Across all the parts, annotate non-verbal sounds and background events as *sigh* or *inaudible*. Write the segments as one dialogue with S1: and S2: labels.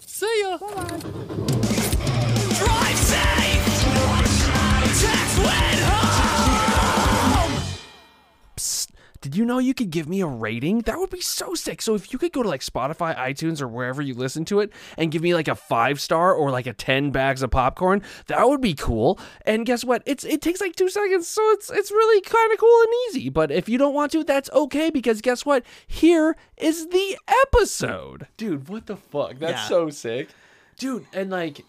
S1: See ya.
S2: Drive safe. Tax went home.
S3: Psst, did you know you could give me a rating? That would be so sick. So if you could go to like Spotify, iTunes, or wherever you listen to it and give me like a five star or like a ten bags of popcorn, that would be cool. And guess what? It's it takes like two seconds, so it's it's really kind of cool and easy. But if you don't want to, that's okay because guess what? Here is the episode. Dude, what the fuck? That's
S1: Yeah.
S3: so sick. Dude, and like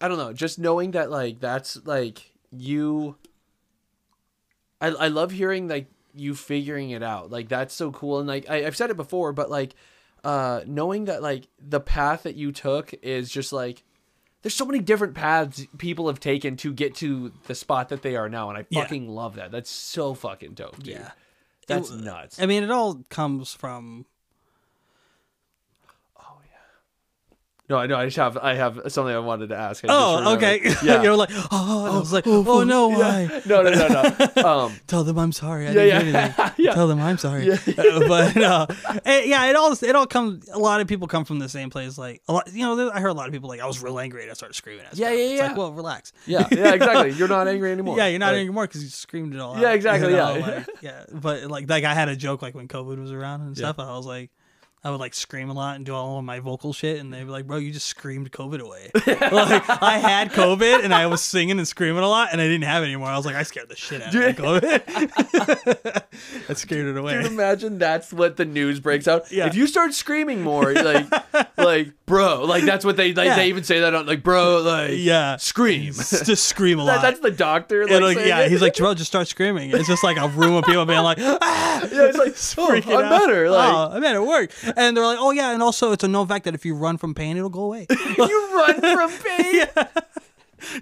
S3: I don't know, just knowing that like that's like you I, I love hearing like you figuring it out like that's so cool and like I, i've said it before but like uh knowing that like the path that you took is just like there's so many different paths people have taken to get to the spot that they are now and i
S1: Yeah.
S3: fucking love that that's so fucking dope dude.
S1: Yeah.
S3: that's
S1: It-
S3: nuts
S1: I mean, it all comes from
S3: no i know i just have i have something i wanted to ask I just
S1: Oh,
S3: remembered.
S1: okay.
S3: *laughs*
S1: *laughs*
S3: yeah
S1: You're like, oh, and I was like, oh, no, why?
S3: *laughs* no no no
S1: *laughs*
S3: no um
S1: Tell them I'm sorry. I
S3: Yeah,
S1: didn't do
S3: yeah.
S1: anything.
S3: *laughs* Yeah.
S1: Tell them I'm sorry. Uh, *laughs* but uh, it- yeah, it all it all comes. A lot of people come from the same place. Like a lot, you know. there- I heard a lot of people like, I was real angry and I started screaming. At
S3: Yeah,
S1: stuff.
S3: yeah,
S1: It's
S3: yeah.
S1: Like, well, relax.
S3: yeah yeah exactly you're not angry anymore
S1: Yeah, you're not
S3: Like,
S1: anymore because you screamed it all.
S3: Yeah,
S1: out, *laughs*
S3: exactly,
S1: you
S3: yeah.
S1: like, yeah. But like, like I had a joke like when COVID was around and stuff. I was like, I would like scream a lot and do all of my vocal shit, and they'd be like, "Bro, you just screamed
S3: *laughs*
S1: COVID away." like I had COVID and I was singing and screaming a lot, and I didn't have it anymore. I was like, I scared the shit out of that
S3: *laughs*
S1: COVID. *laughs* I scared it
S3: Dude, *laughs*
S1: away.
S3: imagine that's what the news breaks out.
S1: Yeah.
S3: If you start screaming more, like,
S1: *laughs*
S3: like, bro, like that's what they like.
S1: Yeah.
S3: They even say that on like, bro, like,
S1: Yeah,
S3: scream.
S1: S- *laughs* just scream a
S3: That-
S1: lot.
S3: that's the doctor. Like,
S1: And, like,
S3: saying
S1: yeah,
S3: it.
S1: he's like, Terrell, just start screaming. It's just like a room of people being
S3: *laughs*
S1: like, ah,
S3: yeah, it's like, oh, I'm
S1: *laughs* freaking out.
S3: better. Like,
S1: oh, I'm at work. And they're like, oh, yeah. And also, it's a known fact that if you run from pain, it'll go *laughs* away.
S3: *laughs* you run
S1: *laughs*
S3: from pain,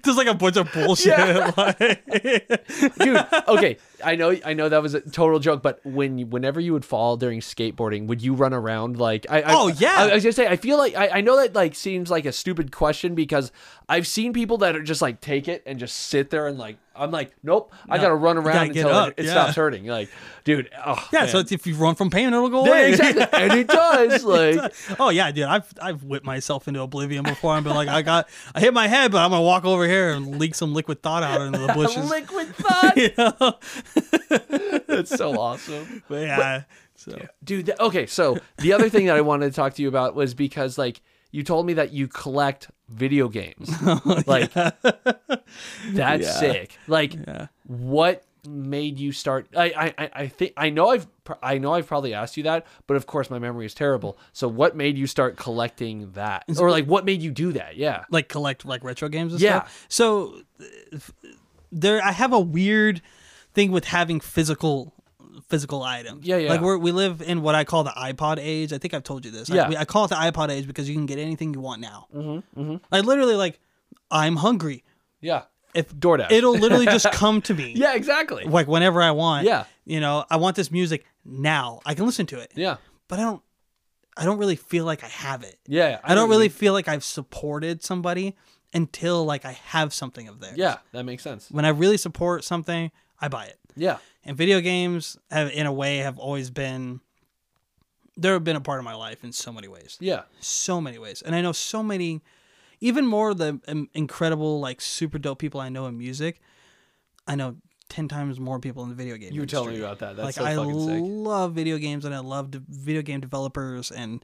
S1: Just like a bunch of bullshit.
S3: Yeah.
S1: *laughs* like-
S3: dude. Okay, I know, I know that was a total joke, but when, you- whenever you would fall during skateboarding, would you run around like? I, I
S1: Oh, yeah.
S3: I, I was gonna say, I feel like I, I know that like seems like a stupid question because I've seen people that are just like take it and just sit there and like I'm like, nope, I
S1: No,
S3: gotta run
S1: you gotta
S3: around
S1: get
S3: until
S1: up,
S3: it, it
S1: yeah.
S3: stops hurting. Like, dude, oh,
S1: yeah,
S3: man.
S1: so it's, if you run from pain, it'll go
S3: yeah,
S1: *laughs* away.
S3: exactly, and it does. Like,
S1: *laughs* oh, yeah, dude. I've, I've whipped myself into oblivion before and been like, I got, I hit my head, but I'm going to walk over here and leak some liquid thought out into *laughs* the bushes.
S3: liquid
S1: *laughs*
S3: thought.
S1: You know?
S3: That's so awesome.
S1: But yeah. So.
S3: dude that, okay so the other thing that i wanted to talk to you about was because like you told me that you collect video
S1: *laughs*
S3: games
S1: Oh,
S3: like that's sick like what made you start I, I i i think i know i've pr- i know i've probably asked you that but of course my memory is terrible so what made you start collecting that or like what made you do that yeah
S1: like collect like retro games and
S3: Yeah.
S1: stuff. So th- there I have a weird thing with having physical physical items.
S3: Yeah, yeah.
S1: Like we're, we live in what I call the iPod age. I think I've told you this. I-
S3: Yeah.
S1: we- I, call it the iPod age because you can get anything you want now. Mm-hmm, Like literally, like I'm hungry.
S3: yeah
S1: If
S3: DoorDash.
S1: it'll
S3: *laughs*
S1: literally just come to me.
S3: yeah exactly
S1: Like whenever I want.
S3: Yeah.
S1: You know, I want this music now. I can listen to it.
S3: yeah
S1: But I don't. I don't really feel like I have it.
S3: yeah
S1: I
S3: know
S1: don't
S3: what you
S1: really
S3: mean.
S1: feel like I've supported somebody until like I have something of theirs.
S3: yeah that makes sense
S1: When I really support something, I buy it.
S3: yeah
S1: And video games have in a way have always been there have been a part of my life in so many ways.
S3: yeah
S1: So many ways. And I know so many even more of the um, incredible like super dope people I know in music. I know 10 times more people in the video game
S3: you were telling me
S1: industry
S3: about that that's
S1: like
S3: so
S1: I
S3: fucking sick
S1: love video games and I love de- video game developers and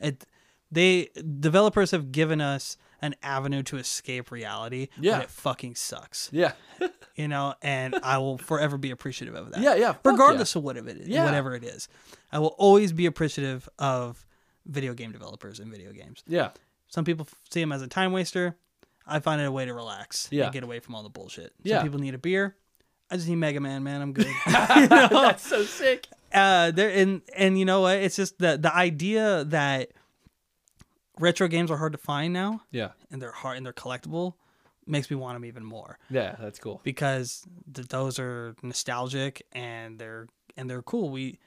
S1: it they developers have given us an avenue to escape reality. when
S3: Yeah.
S1: it fucking sucks,
S3: yeah *laughs*
S1: you know, and I will forever be appreciative of that.
S3: Yeah, yeah, fuck yeah.
S1: Regardless of what of it is,
S3: Yeah.
S1: whatever it is, I will always be appreciative of video game developers and video games.
S3: yeah
S1: Some people f- see them as a time waster. I find it a way to relax
S3: Yeah.
S1: and get away from all the bullshit. Some
S3: Yeah.
S1: people need a beer. I just need Mega Man, man. I'm
S3: *laughs*
S1: good. *laughs* Oh.
S3: that's so sick
S1: uh there and and you know what it's just the the idea that retro games are hard to find now
S3: yeah
S1: and they're hard and they're collectible makes me want them even more
S3: Yeah, that's cool.
S1: because th- those are nostalgic and they're and they're cool we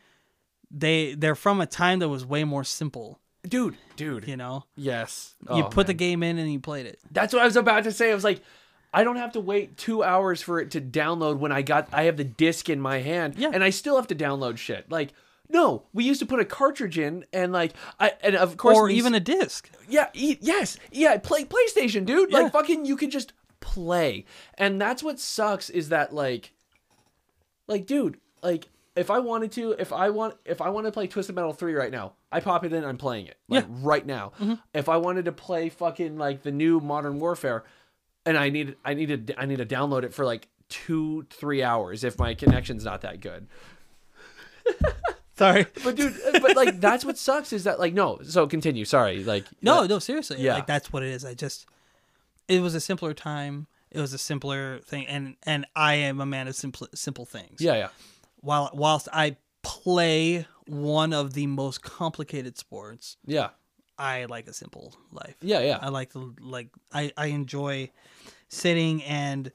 S1: they they're from a time that was way more simple
S3: Dude, dude.
S1: you know
S3: Yes.
S1: you put the game in and you played it
S3: That's what I was about to say. I was like, I don't have to wait 2 hours for it to download when I got I have the disc in my hand
S1: Yeah.
S3: and I still have to download shit. Like No, we used to put a cartridge in, and like, I and of course,
S1: or
S3: these-
S1: even a disc.
S3: yeah, e- yes, yeah, play PlayStation, dude.
S1: Yeah.
S3: Like, fucking, you could just play, and that's what sucks is that like, like, dude, like, if I wanted to, if I want, if I want to play Twisted Metal three right now, I pop it in, I'm playing it, like,
S1: Yeah. Mm-hmm.
S3: right now. If I wanted to play fucking like the new Modern Warfare, and I need, I need to, I need to download it for like two, three hours if my connection's not that good. *laughs*
S1: Sorry.
S3: But dude, but like that's what sucks is that like no. So continue. Sorry. Like
S1: No, no, seriously.
S3: Yeah.
S1: Like that's what it is. I just it was a simpler time. It was a simpler thing and and I am a man of simple simple things.
S3: Yeah, yeah.
S1: While whilst I play one of the most complicated sports,
S3: Yeah.
S1: I like a simple life.
S3: Yeah, yeah.
S1: I like the like I I enjoy sitting and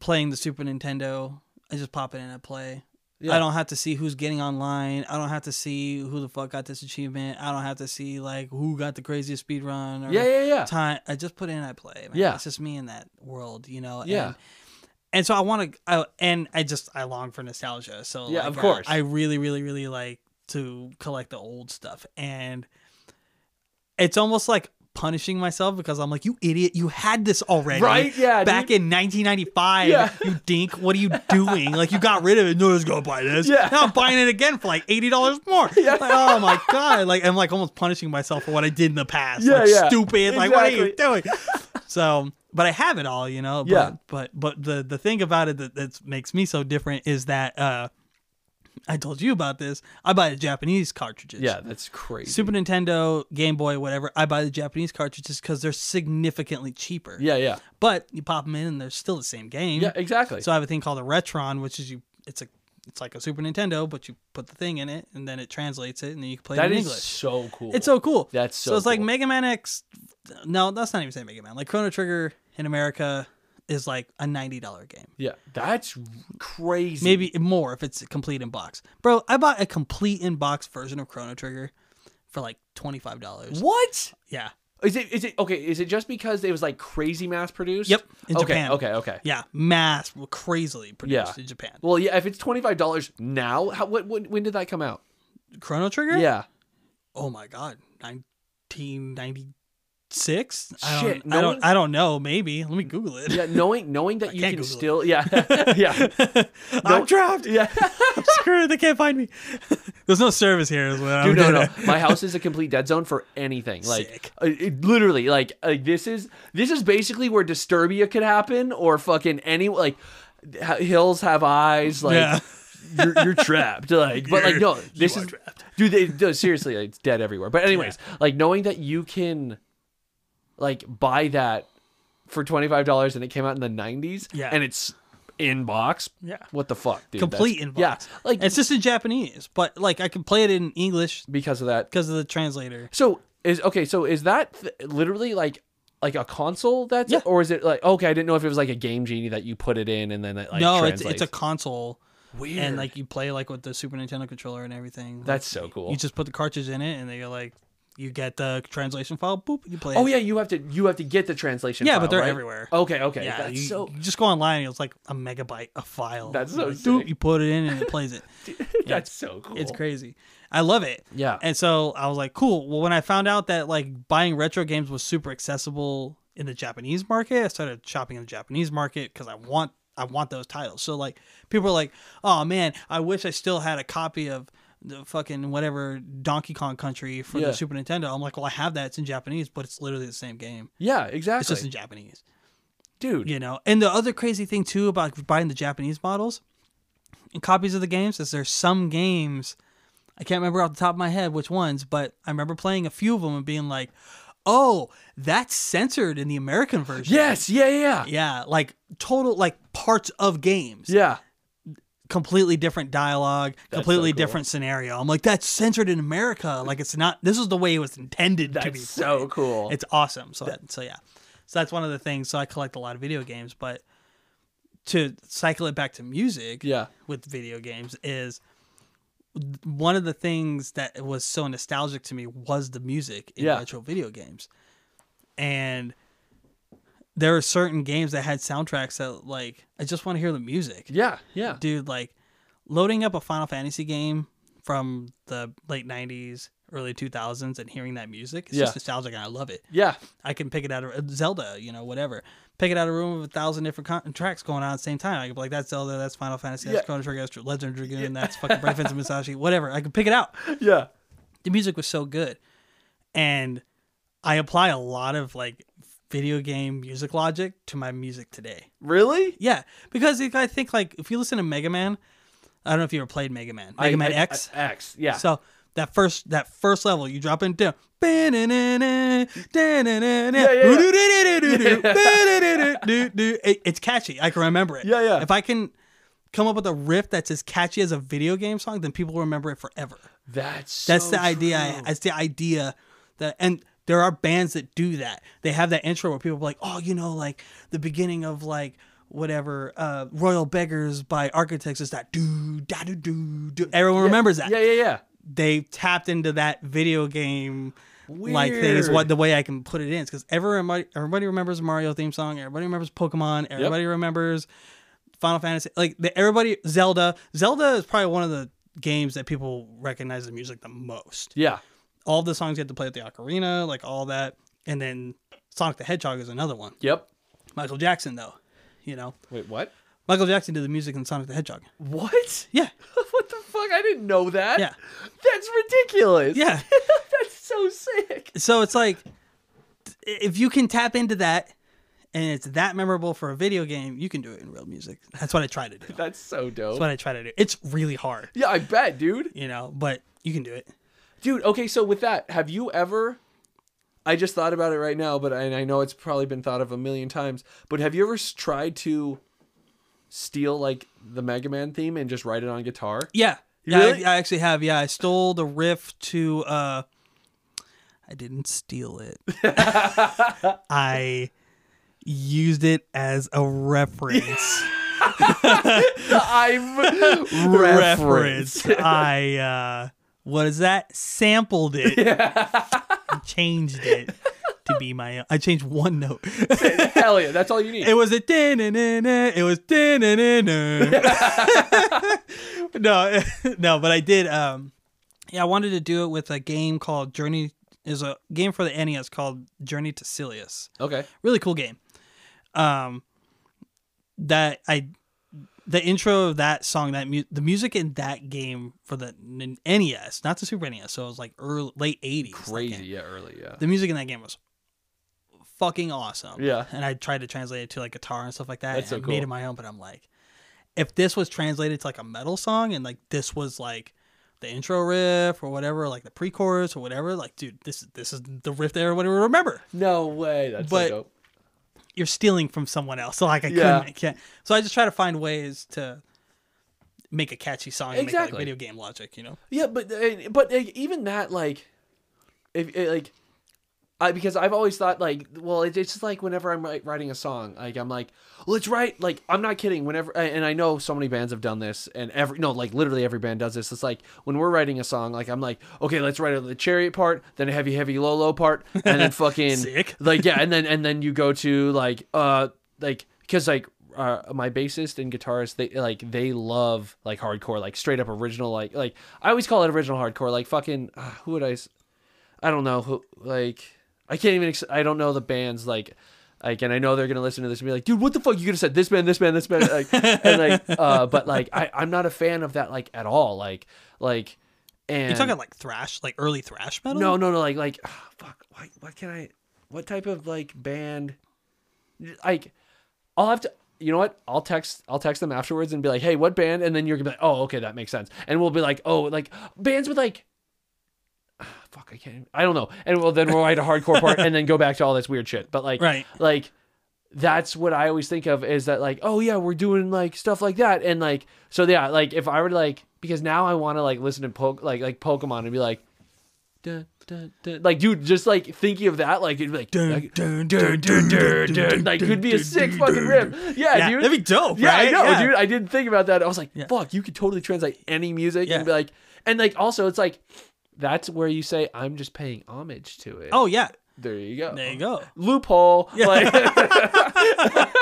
S1: playing the Super Nintendo. I just pop it in and play.
S3: Yeah.
S1: I don't have to see who's getting online. I don't have to see who the fuck got this achievement. I don't have to see like who got the craziest speed run or
S3: Yeah, yeah, yeah.
S1: time. I just put it in and I play. man.
S3: Yeah.
S1: It's just me in that world, you know.
S3: Yeah.
S1: And, and so I want to, I, and I just I long for nostalgia. So
S3: Yeah,
S1: like,
S3: of
S1: I-
S3: course.
S1: I really, really, really like to collect the old stuff, and it's almost like punishing myself because I'm like, you idiot, you had this already,
S3: Right? Yeah,
S1: Back in 1995,
S3: Yeah.
S1: you dink. What are you doing? Like you got rid of it. No one's gonna buy this.
S3: Yeah.
S1: Now I'm buying it again for like eighty dollars more. Like, oh my god! Like I'm like almost punishing myself for what I did in the past.
S3: Yeah,
S1: like,
S3: yeah.
S1: Stupid. Like what are you doing? so, but I have it all, you know. But,
S3: Yeah.
S1: But but the the thing about it that that makes me so different is that uh, I told you about this. I buy the Japanese cartridges.
S3: Yeah, that's crazy.
S1: Super Nintendo, Game Boy, whatever. I buy the Japanese cartridges because they're significantly cheaper.
S3: yeah, yeah.
S1: But you pop them in and they're still the same game.
S3: Yeah, exactly.
S1: So I have a thing called a Retron, which is you. It's a it's like a Super Nintendo, but you put the thing in it and then it translates it, and then you can play
S3: that
S1: it in
S3: is
S1: English.
S3: so cool.
S1: It's so cool.
S3: That's so
S1: So it's like
S3: cool.
S1: Mega Man X. No, that's not even saying Mega Man. Like Chrono Trigger in America is like a ninety dollar game,
S3: yeah, that's crazy.
S1: maybe more if it's complete in box. Bro, I bought a complete in box version of Chrono Trigger for like twenty five dollars.
S3: what
S1: Yeah.
S3: is it? Is it okay? Is it just because it was like crazy mass produced?
S1: Yep. In
S3: okay.
S1: Japan.
S3: Okay. Okay.
S1: Yeah. Mass crazily produced
S3: Yeah.
S1: in Japan.
S3: Well, yeah. If it's twenty five dollars now, how what, when when did that come out?
S1: Chrono Trigger.
S3: Yeah.
S1: oh my god 1996 I
S3: Shit,
S1: don't,
S3: no
S1: I don't
S3: one-
S1: I don't know maybe let me google it
S3: Yeah. Knowing knowing that you
S1: can't
S3: can
S1: Google it.
S3: still yeah
S1: *laughs*
S3: yeah *laughs*
S1: I'm
S3: trapped yeah.
S1: screwed they can't find me *laughs* there's no service here is what I'm
S3: Dude, no,
S1: gonna-
S3: no. My house is a complete dead zone for anything. Like,
S1: Sick.
S3: uh, it, literally, like uh, this is this is basically where Disturbia could happen, or fucking any like h- hills have eyes. Like,
S1: Yeah.
S3: *laughs* you're, you're trapped. Like, but like no,
S1: You're-
S3: this
S1: you
S3: is
S1: are trapped.
S3: dude. They, no, seriously, like, it's dead everywhere. But anyways, like knowing that you can, like, buy that for twenty five dollars, and it came out in the nineties.
S1: Yeah.
S3: and it's in box.
S1: Yeah.
S3: what the fuck, dude? That's-
S1: complete inbox
S3: Yeah, like
S1: it's just in Japanese but like I can play it in English
S3: because of that
S1: because of the translator
S3: So is okay. So is that th- literally like like a console? That's
S1: Yeah.
S3: or is it like okay? I didn't know if it was like a game genie that you put it in and then it like
S1: no it's,
S3: translates.
S1: it's a console
S3: weird
S1: and like you play like with the Super Nintendo controller and everything Like,
S3: that's so cool.
S1: you just put the cartridge in it and they are like you get the translation file boop you play
S3: oh
S1: it.
S3: yeah, you have to you have to get the translation.
S1: Yeah,
S3: file,
S1: but they're
S3: right?
S1: everywhere.
S3: Okay, okay.
S1: Yeah,
S3: that's
S1: you, *laughs*
S3: so *laughs*
S1: you just go online and it's like a megabyte a file.
S3: That's
S1: You're
S3: so
S1: like, doop,
S3: sick.
S1: You put it in and it plays it.
S3: that's so cool.
S1: It's crazy. I love it.
S3: Yeah.
S1: And so I was like, cool. Well, when I found out that like buying retro games was super accessible in the Japanese market, I started shopping in the Japanese market because I want I want those titles. So like people are like, oh man, I wish I still had a copy of the fucking whatever Donkey Kong Country for
S3: Yeah.
S1: the Super Nintendo. I'm like, well, I have that. It's in Japanese, but it's literally the same game.
S3: Yeah,
S1: It's
S3: exactly,
S1: just in Japanese.
S3: dude.
S1: You know, and the other crazy thing too about buying the Japanese models and copies of the games is there's some games I can't remember off the top of my head which ones, but I remember playing a few of them and being like, "Oh, that's censored in the American version."
S3: Yes, yeah, yeah, yeah.
S1: Yeah, like total like parts of games,
S3: yeah.
S1: completely different dialogue, completely
S3: cool.
S1: different scenario. I'm like, that's censored in America. Like it's not. This is the way it was intended to be.
S3: That's so cool.
S1: It's awesome. So that, so yeah. So that's one of the things. So I collect a lot of video games, but to cycle it back to music,
S3: Yeah.
S1: with video games is one of the things that was so nostalgic to me was the music in
S3: Yeah.
S1: retro video games. And there were certain games that had soundtracks that like I just want to hear the music.
S3: yeah, yeah,
S1: Dude, like loading up a Final Fantasy game from the late '90s, early 2000s, and hearing that music. It's
S3: Yeah.
S1: just nostalgic, and I love it.
S3: Yeah. *laughs*
S1: I can pick it out of uh, Zelda, you know, whatever. Pick it out of a room with a thousand different con- tracks going on at the same time. I could be like, that's Zelda, that's Final Fantasy, that's
S3: Yeah.
S1: Chrono Trigger, that's Legend of Dragoon, that's fucking Brave
S3: *laughs*
S1: Fencer Musashi, whatever. I could pick it out.
S3: Yeah.
S1: The music was so good. And I apply a lot of like video game music logic to my music today.
S3: Really?
S1: Yeah, because if I think like if you listen to Mega Man, I don't know if you ever played Mega Man. Mega
S3: I-
S1: Man
S3: I-
S1: X.
S3: I- X. Yeah.
S1: So that first that first level, you drop in down. It- It's catchy. I can remember it.
S3: Yeah, yeah.
S1: If I can come up with a riff that's as catchy as a video game song, then people will remember it forever.
S3: that's
S1: That's
S3: so
S1: the idea. I-
S3: true.
S1: That's the idea that and there are bands that do that. They have that intro where people are like, oh, you know, like the beginning of like whatever uh Royal Beggars by Architects is that do da do do do. Everyone remembers that
S3: Yeah, yeah, yeah.
S1: they tapped into that video game like thing is what
S3: Weird.
S1: the way I can put it in is because everybody everybody remembers Mario theme song, everybody remembers Pokemon, everybody remembers Final Fantasy, like the, everybody Zelda. Zelda is probably one of the games that people recognize the music the most.
S3: Yeah.
S1: All the songs you have to play with the ocarina, like all that, and then Sonic the Hedgehog is another one.
S3: Yep.
S1: Michael Jackson though, you know,
S3: Wait, what?
S1: Michael Jackson did the music in Sonic the Hedgehog.
S3: What? *laughs*
S1: Yeah,
S3: what the fuck? I didn't know that.
S1: Yeah.
S3: That's ridiculous.
S1: yeah.
S3: *laughs* that's so sick.
S1: so it's like if you can tap into that and it's that memorable for a video game you can do it in real music that's what i try to do that's
S3: That's so dope.
S1: what i try to do it's really hard
S3: yeah, I bet, dude.
S1: you know but you can do it
S3: Dude, okay, so with that, have you ever I just thought about it right now, but and I know it's probably been thought of a million times, but have you ever s- tried to steal like the Mega Man theme and just write it on guitar?
S1: *laughs*
S3: *laughs*
S1: yeah yeah I-
S3: Really?
S1: I, actually have yeah i stole the riff to uh i didn't steal
S3: *laughs*
S1: it i used it as a reference
S3: I've *laughs* *laughs* reference.
S1: I uh what is that? Sampled it. Changed it to be my own. I changed one note.
S3: Hell yeah, that's all you need.
S1: It was a din it was din *laughs* No *laughs* no, but I did um yeah, I wanted to do it with a game called Journey is a game for the NES called Journey to Silius
S3: okay.
S1: really cool game. Um, that I, the intro of that song, that mu- the music in that game for the N- NES, not the Super NES, so it was like early late eighties.
S3: Crazy, yeah, early, yeah.
S1: The music in that game was fucking awesome.
S3: Yeah.
S1: and I tried to translate it to like guitar and stuff like that.
S3: That's
S1: and
S3: so
S1: I made
S3: cool.
S1: it my own, but I'm like, if this was translated to like a metal song and like this was like. The intro riff or whatever, like the pre-chorus or whatever, like dude, this is this is the riff that everybody would remember
S3: No way, that's
S1: But-
S3: so dope.
S1: you're stealing from someone else. *laughs* So like I
S3: Yeah.
S1: couldn't, I can't. So I just try to find ways to make a catchy song and make
S3: Exactly.
S1: like video game logic, you know?
S3: Yeah, but uh, but uh, even that like, if uh, like, I because I've always thought like, well, it, it's just like whenever I'm like, writing a song, like I'm like, let's write like I'm not kidding. Whenever and and I know so many bands have done this, and every no like literally every band does this. It's like when we're writing a song, like I'm like, okay, let's write the chariot part, then a heavy heavy low low part, and then fucking
S1: Sick.
S3: like yeah, and then and then you go to like uh like because like uh, my bassist and guitarist they like they love like hardcore like straight up original like like I always call it original hardcore like fucking uh, who would I s- I don't know who like I can't even ex- I don't know the bands like like and I know they're gonna listen to this and be like dude what the fuck you could have said this band this band this band like and
S1: *laughs*
S3: like uh but like I I'm not a fan of that like at all like like and
S1: You're talking like thrash, like early thrash metal?
S3: no, no, no. Like, like, ah, fuck. Why, why can I? What type of like band? Like, I'll have to. You know what? I'll text. I'll text them afterwards and be like, "Hey, what band?" And then you're gonna be like, "Oh, okay, that makes sense." And we'll be like, "Oh, like bands with like." ah, Fuck, I can't. I don't know. And well, then we'll write a hardcore part and then go back to all this weird shit. But like,
S1: Right.
S3: like that's what I always think of is that like, oh yeah, we're doing like stuff like that, and like so yeah, like if I were to like because now I want to like listen to poke like like Pokemon and be like, dun, dun, dun. like dude, just like thinking of that, like it'd be like,
S1: Dun,
S3: like,
S1: dun, dun, dun, dun, dun,
S3: like
S1: dun,
S3: could be a
S1: dun,
S3: sick
S1: dun,
S3: fucking
S1: dun,
S3: rip, yeah,
S1: Yeah,
S3: dude,
S1: that'd be dope,
S3: yeah, I
S1: right?
S3: know,
S1: Yeah.
S3: dude, I didn't think about that. I was like,
S1: Yeah.
S3: fuck, you could totally translate any music
S1: Yeah.
S3: and be like, and like also it's like that's where you say I'm just paying homage to it.
S1: Oh, yeah.
S3: There you go.
S1: There you go.
S3: *laughs*
S1: *laughs*
S3: Loophole. Like,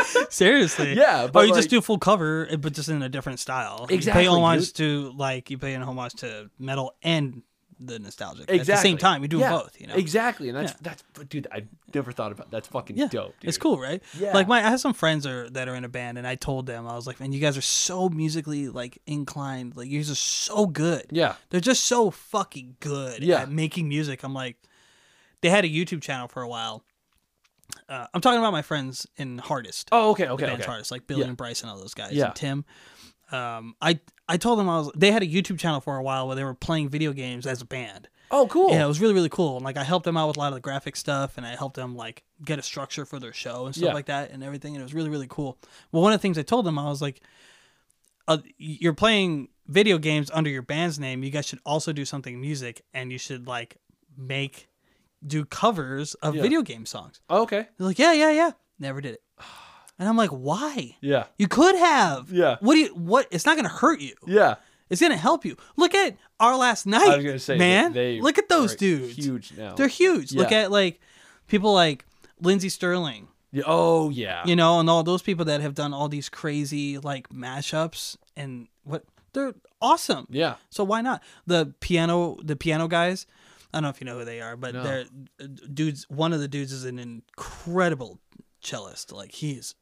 S3: *laughs*
S1: Seriously.
S3: Yeah,
S1: Or
S3: but,
S1: you just
S3: like-
S1: do full cover, eh, but just in a different style.
S3: Exactly,
S1: You pay homage to like you pay an homage to metal and the nostalgic
S3: exactly.
S1: at the same time. You do
S3: Yeah,
S1: both. You know.
S3: Exactly, and that's that's but dude. I never thought about that's fucking
S1: Yeah,
S3: dope. Dude.
S1: it's cool, right?
S3: Yeah.
S1: Like my, I have some friends are, that are in a band, and I told them I was like, "Man, you guys are so musically like inclined. Like you guys are so good.
S3: Yeah.
S1: they're just so fucking good
S3: Yeah.
S1: at making music." I'm like, they had a YouTube channel for a while. Uh, I'm talking about my friends in Hardest.
S3: Oh, okay, okay,
S1: bands
S3: okay.
S1: artists like Billy
S3: Yeah.
S1: and Bryce and all those guys.
S3: Yeah.
S1: And Tim. Um, I I told them I was. They had a YouTube channel for a while where they were playing video games as a band.
S3: Oh, cool.
S1: Yeah, it was really really cool. And like I helped them out with a lot of the graphic stuff, and I helped them like get a structure for their show and stuff
S3: Yeah.
S1: like that, and everything. And it was really really cool. Well, one of the things I told them I was like, uh, "You're playing video games under your band's name. You guys should also do something music, and you should like make do covers of video game songs."
S3: Oh, okay.
S1: They're like, "Yeah, yeah, yeah." Never did it. And I'm like, "Why?"
S3: Yeah.
S1: You could have.
S3: Yeah.
S1: What do you? What? It's not gonna hurt you.
S3: Yeah.
S1: It's gonna help you. Look at our last night.
S3: I was gonna say,
S1: man.
S3: they- they
S1: look at those
S3: are
S1: dudes.
S3: Huge now.
S1: They're huge. Look
S3: Oh. Yeah.
S1: at like people like Lindsey Sterling,
S3: Yeah, oh yeah.
S1: you know, and all those people that have done all these crazy like mashups and what they're awesome.
S3: Yeah.
S1: So why not the piano? The piano guys. I don't know if you know who they are, but
S3: No.
S1: they're uh, dudes. One of the dudes is an incredible cellist. Like he's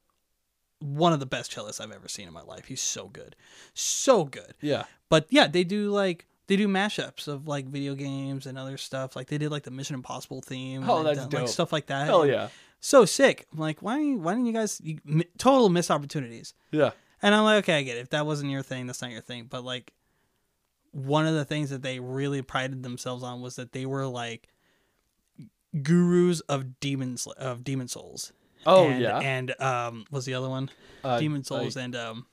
S1: one of the best cellists I've ever seen in my life. He's so good, so good.
S3: Yeah.
S1: But yeah, they do like they do mashups of like video games and other stuff. Like they did like the Mission Impossible theme. and
S3: Oh,
S1: they've
S3: that's
S1: done,
S3: dope.
S1: Like stuff like that.
S3: Hell yeah.
S1: So sick. I'm like, why? Why didn't you guys? You, m- total missed opportunities.
S3: Yeah.
S1: And I'm like, okay, I get it. If that wasn't your thing, that's not your thing. But like, one of the things that they really prided themselves on was that they were like gurus of demons of demon souls.
S3: Oh
S1: and,
S3: yeah.
S1: And um, was the other one
S3: Uh,
S1: demon souls and um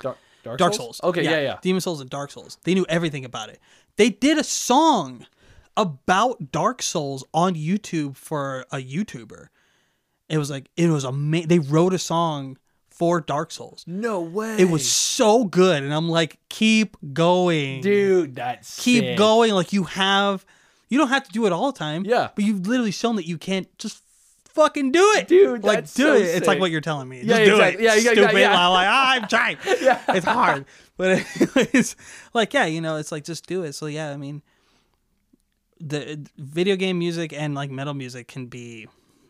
S3: Dark, Dark,
S1: Dark Souls.
S3: Okay, yeah, yeah.
S1: Demon Souls and Dark Souls. They knew everything about it. They did a song about Dark Souls on YouTube for a YouTuber. It was like it was amazing. They wrote a song for Dark Souls.
S3: No way.
S1: It was so good, and I'm like, keep going,
S3: dude. That's
S1: Keep
S3: sick.
S1: going. Like you have, you don't have to do it all the time.
S3: Yeah.
S1: but you've literally shown that you can't just fucking do it,
S3: Dude,
S1: Like
S3: that's
S1: do
S3: so
S1: it. It's like
S3: sick.
S1: what you're telling me.
S3: Yeah,
S1: just do
S3: exactly.
S1: it.
S3: Yeah, yeah, yeah,
S1: stupid.
S3: yeah.
S1: I'm like, "Ah, I'm trying.
S3: *laughs* Yeah.
S1: it's hard, but anyways, like yeah, you know, it's like just do it. So yeah, I mean, the video game music and like metal music can be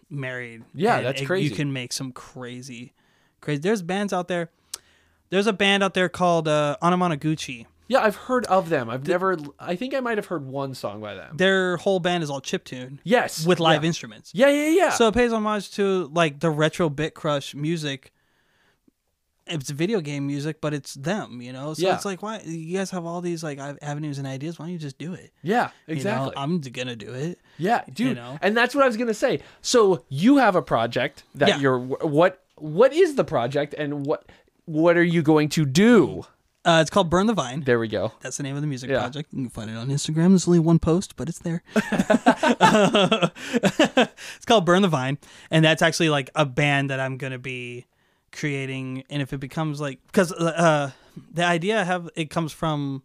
S1: married.
S3: Yeah,
S1: and
S3: that's
S1: it-
S3: crazy.
S1: You can make some crazy, crazy. There's bands out there. There's a band out there called uh, Anamanaguchi.
S3: Yeah, I've heard of them. I've never. I think I might have heard one song by them.
S1: Their whole band is all chiptune.
S3: Yes.
S1: With live
S3: yeah.
S1: instruments.
S3: Yeah, yeah, yeah.
S1: So it pays homage to like the retro Bit Crush music. It's video game music, but it's them, you know. So
S3: Yeah.
S1: it's like, why you guys have all these like avenues and ideas? Why don't you just do it?
S3: yeah,
S1: You know,
S3: exactly.
S1: I'm gonna do it.
S3: yeah, dude.
S1: know?
S3: And that's what I was gonna say. So you have a project that
S1: Yeah.
S3: you're. What What is the project, and what What are you going to do?
S1: Uh, it's called Burn the Vine.
S3: There we go.
S1: *laughs* That's the name of the music
S3: Yeah.
S1: project. You can find it on Instagram. There's only one post, but it's there. it's called Burn the Vine, and that's actually like a band that I'm gonna be creating. And if it becomes like, because uh, the idea I have, it comes from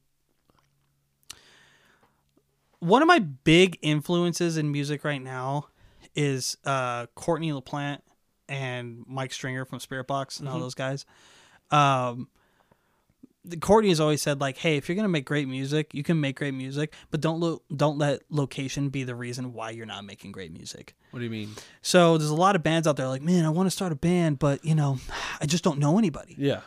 S1: one of my big influences in music right now is uh, Courtney LaPlante and Mike Stringer from Spirit Box and all those guys. Um, the- Courtney has always said like, "Hey, if you're gonna make great music, you can make great music, but don't lo- don't let location be the reason why you're not making great music."
S3: What do you mean?
S1: So there's a lot of bands out there like, "Man, I want to start a band, but you know, *sighs* I just don't know anybody."
S3: Yeah.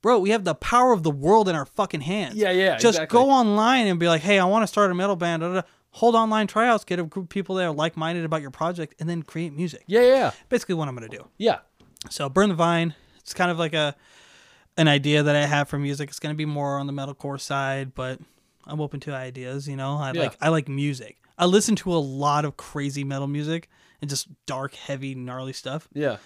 S1: Bro, we have the power of the world in our fucking hands.
S3: Yeah, yeah,
S1: Just
S3: exactly.
S1: go online and be like, "Hey, I want to start a metal band." Da, da, da. Hold online tryouts, get a group of people that are like-minded about your project, and then create music.
S3: Yeah, yeah,
S1: Basically, what I'm gonna do.
S3: yeah.
S1: So Burn the Vine, it's kind of like a an idea that I have for music. It's gonna be more on the metalcore side, but I'm open to ideas, you know. I
S3: Yeah.
S1: like I like music. I listen to a lot of crazy metal music and just dark, heavy, gnarly stuff.
S3: Yeah.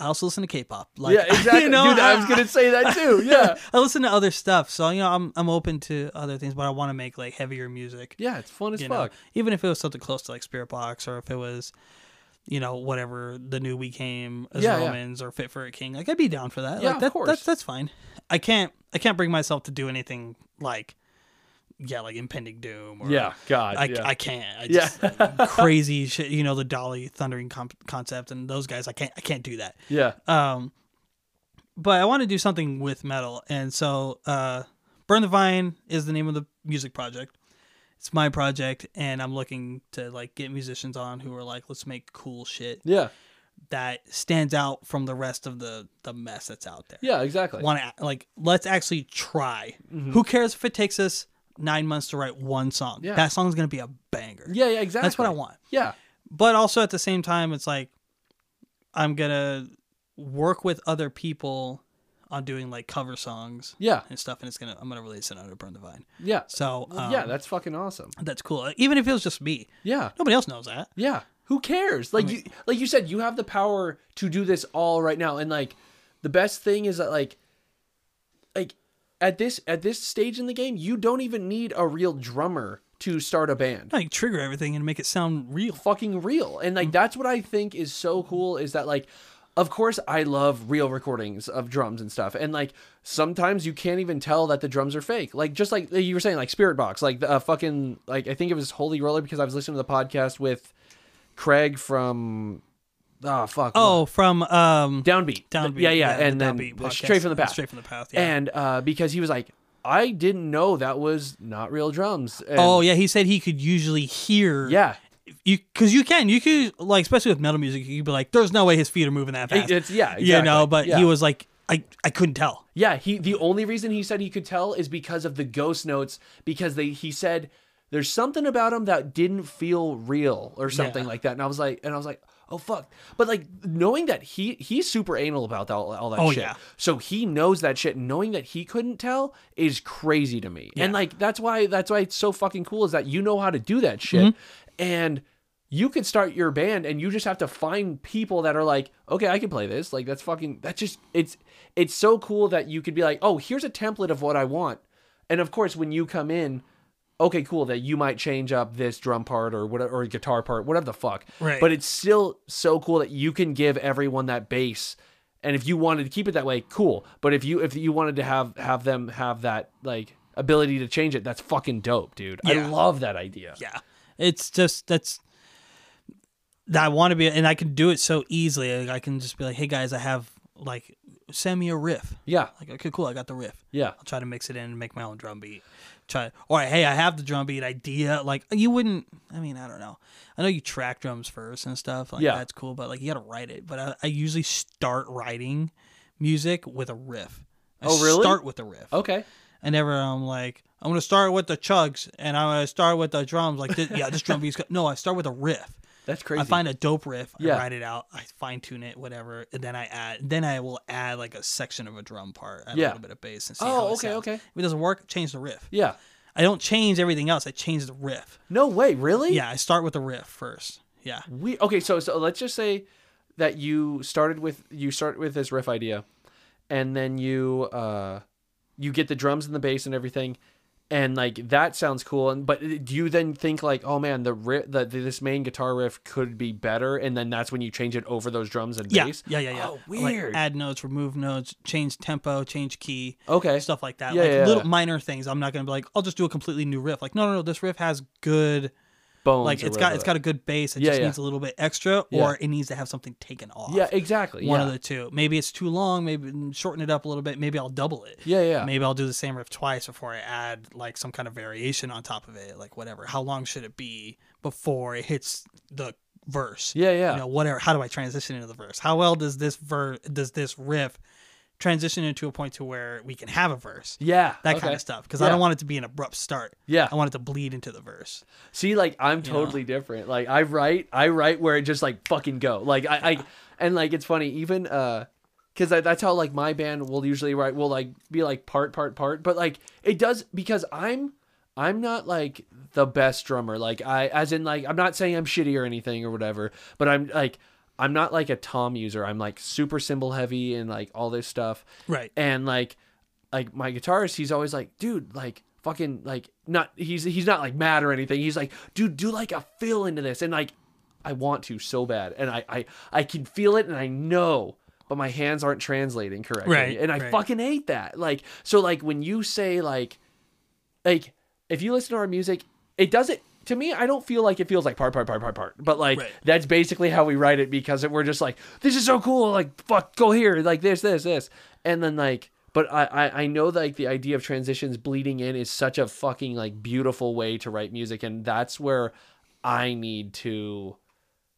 S1: I also listen to K pop.
S3: *laughs*
S1: Like
S3: Yeah, exactly.
S1: *laughs* you know,
S3: Dude, I was gonna say that *laughs* too. Yeah.
S1: I listen to other stuff. So, you know, I'm I'm open to other things, but I wanna make like heavier music.
S3: Yeah, it's fun as
S1: you know?
S3: fuck.
S1: Even if it was something close to like Spirit Box or if it was you know, whatever the new we came as
S3: Yeah, yeah.
S1: Romans or Fit for a King, like I'd be down for that.
S3: Yeah,
S1: like,
S3: of
S1: that,
S3: course.
S1: That's that's fine. I can't I can't bring myself to do anything like yeah, like impending doom. Or,
S3: Yeah, God.
S1: I,
S3: yeah.
S1: I can't. I
S3: Yeah.
S1: just, crazy *laughs* shit. You know the Dolly thundering comp- concept and those guys. I can't. I can't do that.
S3: yeah.
S1: Um, but I want to do something with metal, and so uh, Burn the Vine is the name of the music project. It's my project, and I'm looking to like get musicians on who are like, let's make cool shit
S3: yeah.
S1: that stands out from the rest of the the mess that's out there.
S3: Yeah, exactly.
S1: Want to like, let's actually try.
S3: Mm-hmm.
S1: Who cares if it takes us nine months to write one song?
S3: Yeah.
S1: That song's gonna be a banger.
S3: yeah, yeah, exactly.
S1: that's what I want
S3: Yeah.
S1: but also at the same time it's like i'm gonna work with other people on doing like cover songs
S3: Yeah.
S1: and stuff and it's gonna i'm gonna release it under burn the vine
S3: Yeah.
S1: so um,
S3: yeah, that's fucking awesome.
S1: that's cool Uh, even if it was just me
S3: Yeah.
S1: nobody else knows that
S3: Yeah. Who cares? Like you like you said, you have the power to do this all right now. And like the best thing is that like like at this at this stage in the game, you don't even need a real drummer to start a band.
S1: like trigger everything and make it sound real
S3: fucking real. And
S1: Mm.
S3: like that's what I think is so cool is that like of course I love real recordings of drums and stuff. And like sometimes you can't even tell that the drums are fake. Like just like you were saying like Spirit Box, like the uh, fucking like I think it was Holy Roller because I was listening to the podcast with Craig from oh fuck.
S1: oh from um
S3: Downbeat.
S1: Downbeat,
S3: Yeah, yeah,
S1: yeah,
S3: and
S1: the
S3: then
S1: Downbeat podcast.
S3: Straight from the Path.
S1: Straight from the Path, yeah.
S3: And uh because he was like I didn't know that was not real drums. And-
S1: oh yeah he said he could usually hear
S3: yeah.
S1: you because you can you could like especially with metal music you could be like there's no way his feet are moving that fast
S3: It's- yeah,
S1: you know
S3: exactly.
S1: but
S3: Yeah.
S1: he was like i i couldn't tell
S3: Yeah, he the only reason he said he could tell is because of the ghost notes because they he said there's something about him that didn't feel real or something
S1: Yeah.
S3: like that. And I was like and I was like, "Oh fuck." But like knowing that he he's super anal about that, all, all that
S1: Oh,
S3: shit.
S1: yeah.
S3: So he knows that shit. Knowing that he couldn't tell is crazy to me. And like that's why that's why it's so fucking cool is that you know how to do that shit.
S1: Mm-hmm.
S3: And you could start your band and you just have to find people that are like, okay, I can play this. Like that's fucking that's just it's it's so cool that you could be like, oh, here's a template of what I want. And of course when you come in, okay, cool, that you might change up this drum part or whatever or guitar part, whatever the fuck.
S1: Right.
S3: But it's still so cool that you can give everyone that bass. And if you wanted to keep it that way, cool. But if you if you wanted to have have them have that like ability to change it, that's fucking dope, dude. I
S1: Yeah.
S3: love that idea.
S1: yeah it's just that's that i want to be and i can do it so easily like, i can just be like hey guys i have like send me a riff
S3: Yeah.
S1: like okay cool i got the riff
S3: Yeah.
S1: i'll try to mix it in and make my own drum beat try or hey i have the drum beat idea like you wouldn't i mean i don't know i know you track drums first and stuff like
S3: Yeah.
S1: that's cool but like you gotta write it but i, I usually start writing music with a riff I
S3: Oh, really?
S1: start with a riff
S3: Okay.
S1: and ever I'm like, I'm gonna start with the chugs and I'm gonna start with the drums. Like, this, yeah, this drum beat's good. No, I start with a riff.
S3: That's crazy.
S1: I find a dope riff.
S3: Yeah.
S1: I write it out. I fine tune it, whatever, and then I add. Then I will add like a section of a drum part, add
S3: Yeah.
S1: a little bit of bass, and see
S3: Oh,
S1: how it
S3: okay,
S1: sounds.
S3: okay.
S1: If it doesn't work, change the riff.
S3: yeah.
S1: I don't change everything else. I change the riff.
S3: No way, really?
S1: Yeah, I start with the riff first. Yeah,
S3: We okay, so so let's just say that you started with you start with this riff idea and then you uh you get the drums and the bass and everything and like that sounds cool and but do you then think like oh man the riff the, this main guitar riff could be better and then that's when you change it over those drums and
S1: yeah,
S3: bass
S1: yeah, yeah, yeah.
S3: oh
S1: Like,
S3: weird
S1: add notes, remove notes, change tempo, change key.
S3: okay
S1: stuff like that.
S3: Yeah,
S1: like
S3: yeah,
S1: little
S3: yeah.
S1: minor things. I'm not gonna be like, I'll just do a completely new riff. Like, no, no, no. This riff has good.
S3: bones
S1: Like,
S3: or
S1: it's got
S3: whatever.
S1: it's got a good bass. It
S3: Yeah,
S1: just
S3: yeah.
S1: needs a little bit extra,
S3: Yeah.
S1: or it needs to have something taken off.
S3: yeah exactly
S1: one
S3: yeah.
S1: of the two. Maybe it's too long. Maybe mm, shorten it up a little bit. Maybe I'll double it.
S3: Yeah, yeah.
S1: Maybe I'll do the same riff twice before I add like some kind of variation on top of it. Like whatever. How long should it be before it hits the verse?
S3: yeah yeah
S1: you know whatever how do i transition into the verse how well does this verse does this riff transition into a point to where we can have a verse
S3: yeah
S1: that
S3: okay.
S1: kind of stuff because
S3: Yeah.
S1: i don't want it to be an abrupt start
S3: Yeah.
S1: i want it to bleed into the verse
S3: See, like I'm totally different. Like I write, I write where it just like fucking go. Like I, I and like it's funny even uh, because that's how like my band will usually write. Will like be like part, part, part. But like it does because I'm I'm not like the best drummer. Like I, as in like I'm not saying I'm shitty or anything or whatever. But I'm like I'm not like a tom user. I'm like super cymbal heavy and like all this stuff.
S1: Right.
S3: And like like my guitarist, he's always like, dude, like fucking like not he's he's not like mad or anything. He's like, dude, do like a fill into this. And like I want to so bad. And I I, I can feel it and I know, but my hands aren't translating correctly.
S1: Right,
S3: And I
S1: right.
S3: fucking hate that. Like so like when you say like like if you listen to our music, it doesn't. To me, I don't feel like it feels like part, part, part, part, part. But like
S1: Right.
S3: that's basically how we write it because it, we're just like, this is so cool. Like fuck, go here. Like this, this, this, and then like. But I, I, I know like the idea of transitions bleeding in is such a fucking like beautiful way to write music, and that's where I need to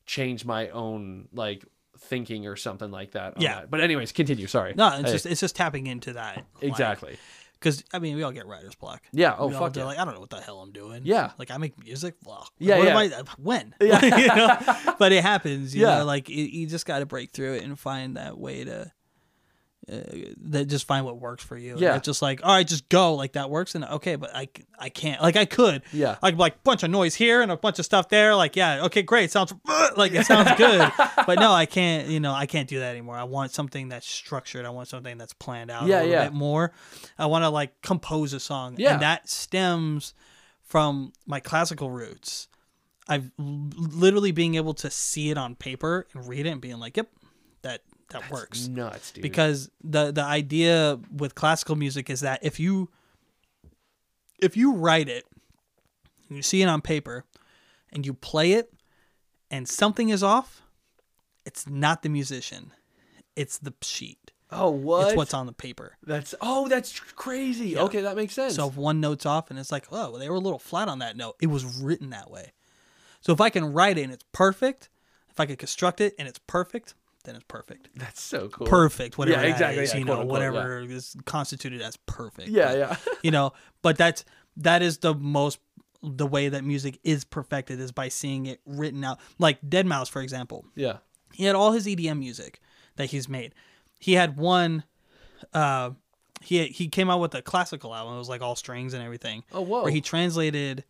S3: change my own like thinking or something like that. on
S1: Yeah.
S3: that. But anyways, continue. Sorry.
S1: No, it's
S3: Hey,
S1: just it's just tapping into that
S3: exactly.
S1: Because I mean, we all get writer's block.
S3: Yeah, oh,
S1: We all
S3: fuck
S1: do,
S3: yeah.
S1: Like I don't know what the hell I'm doing.
S3: Yeah.
S1: Like I make music. Well,
S3: Yeah, *laughs*
S1: What
S3: yeah.
S1: Am I, uh, when? Yeah. *laughs* you know? But it happens. You
S3: Yeah.
S1: Know? Like you- you just got to break through it and find that way to. Uh, that just find what works for you. And
S3: Yeah.
S1: it's just like all right, just go. Like that works, and okay, but I c- I can't. Like I could.
S3: Yeah.
S1: I could like bunch of noise here and a bunch of stuff there. Like yeah, okay, great. Sounds uh, like
S3: *laughs*
S1: it sounds good, but no, I can't. You know, I can't do that anymore. I want something that's structured. I want something that's planned out.
S3: Yeah,
S1: a little
S3: yeah.
S1: Bit more. I want to like compose a song.
S3: Yeah.
S1: And that stems from my classical roots. I've l- literally being able to see it on paper and read it and being like, yep, that that works.
S3: Nuts, dude.
S1: Because the the idea with classical music is that if you if you write it and you see it on paper and you play it and something is off, it's not the musician. It's the sheet.
S3: oh what?
S1: It's what's on the paper.
S3: That's oh, that's tr- crazy. Okay, that makes sense.
S1: So if one note's off and it's like, oh, they were a little flat on that note, it was written that way. So if I can write it and it's perfect, if I could construct it and it's perfect, then it's perfect.
S3: that's so cool.
S1: Perfect, whatever
S3: Yeah, exactly,
S1: that is,
S3: yeah,
S1: you know,
S3: quote unquote, yeah.
S1: whatever is constituted as perfect.
S3: Yeah,
S1: But,
S3: yeah. *laughs*
S1: you know, but that's that is the most the way that music is perfected is by seeing it written out. Like Dead Mouse, for example,
S3: yeah.
S1: he had all his EDM music that he's made. He had one. Uh, he he came out with a classical album. It was like all strings and everything.
S3: Oh, whoa.
S1: Where he translated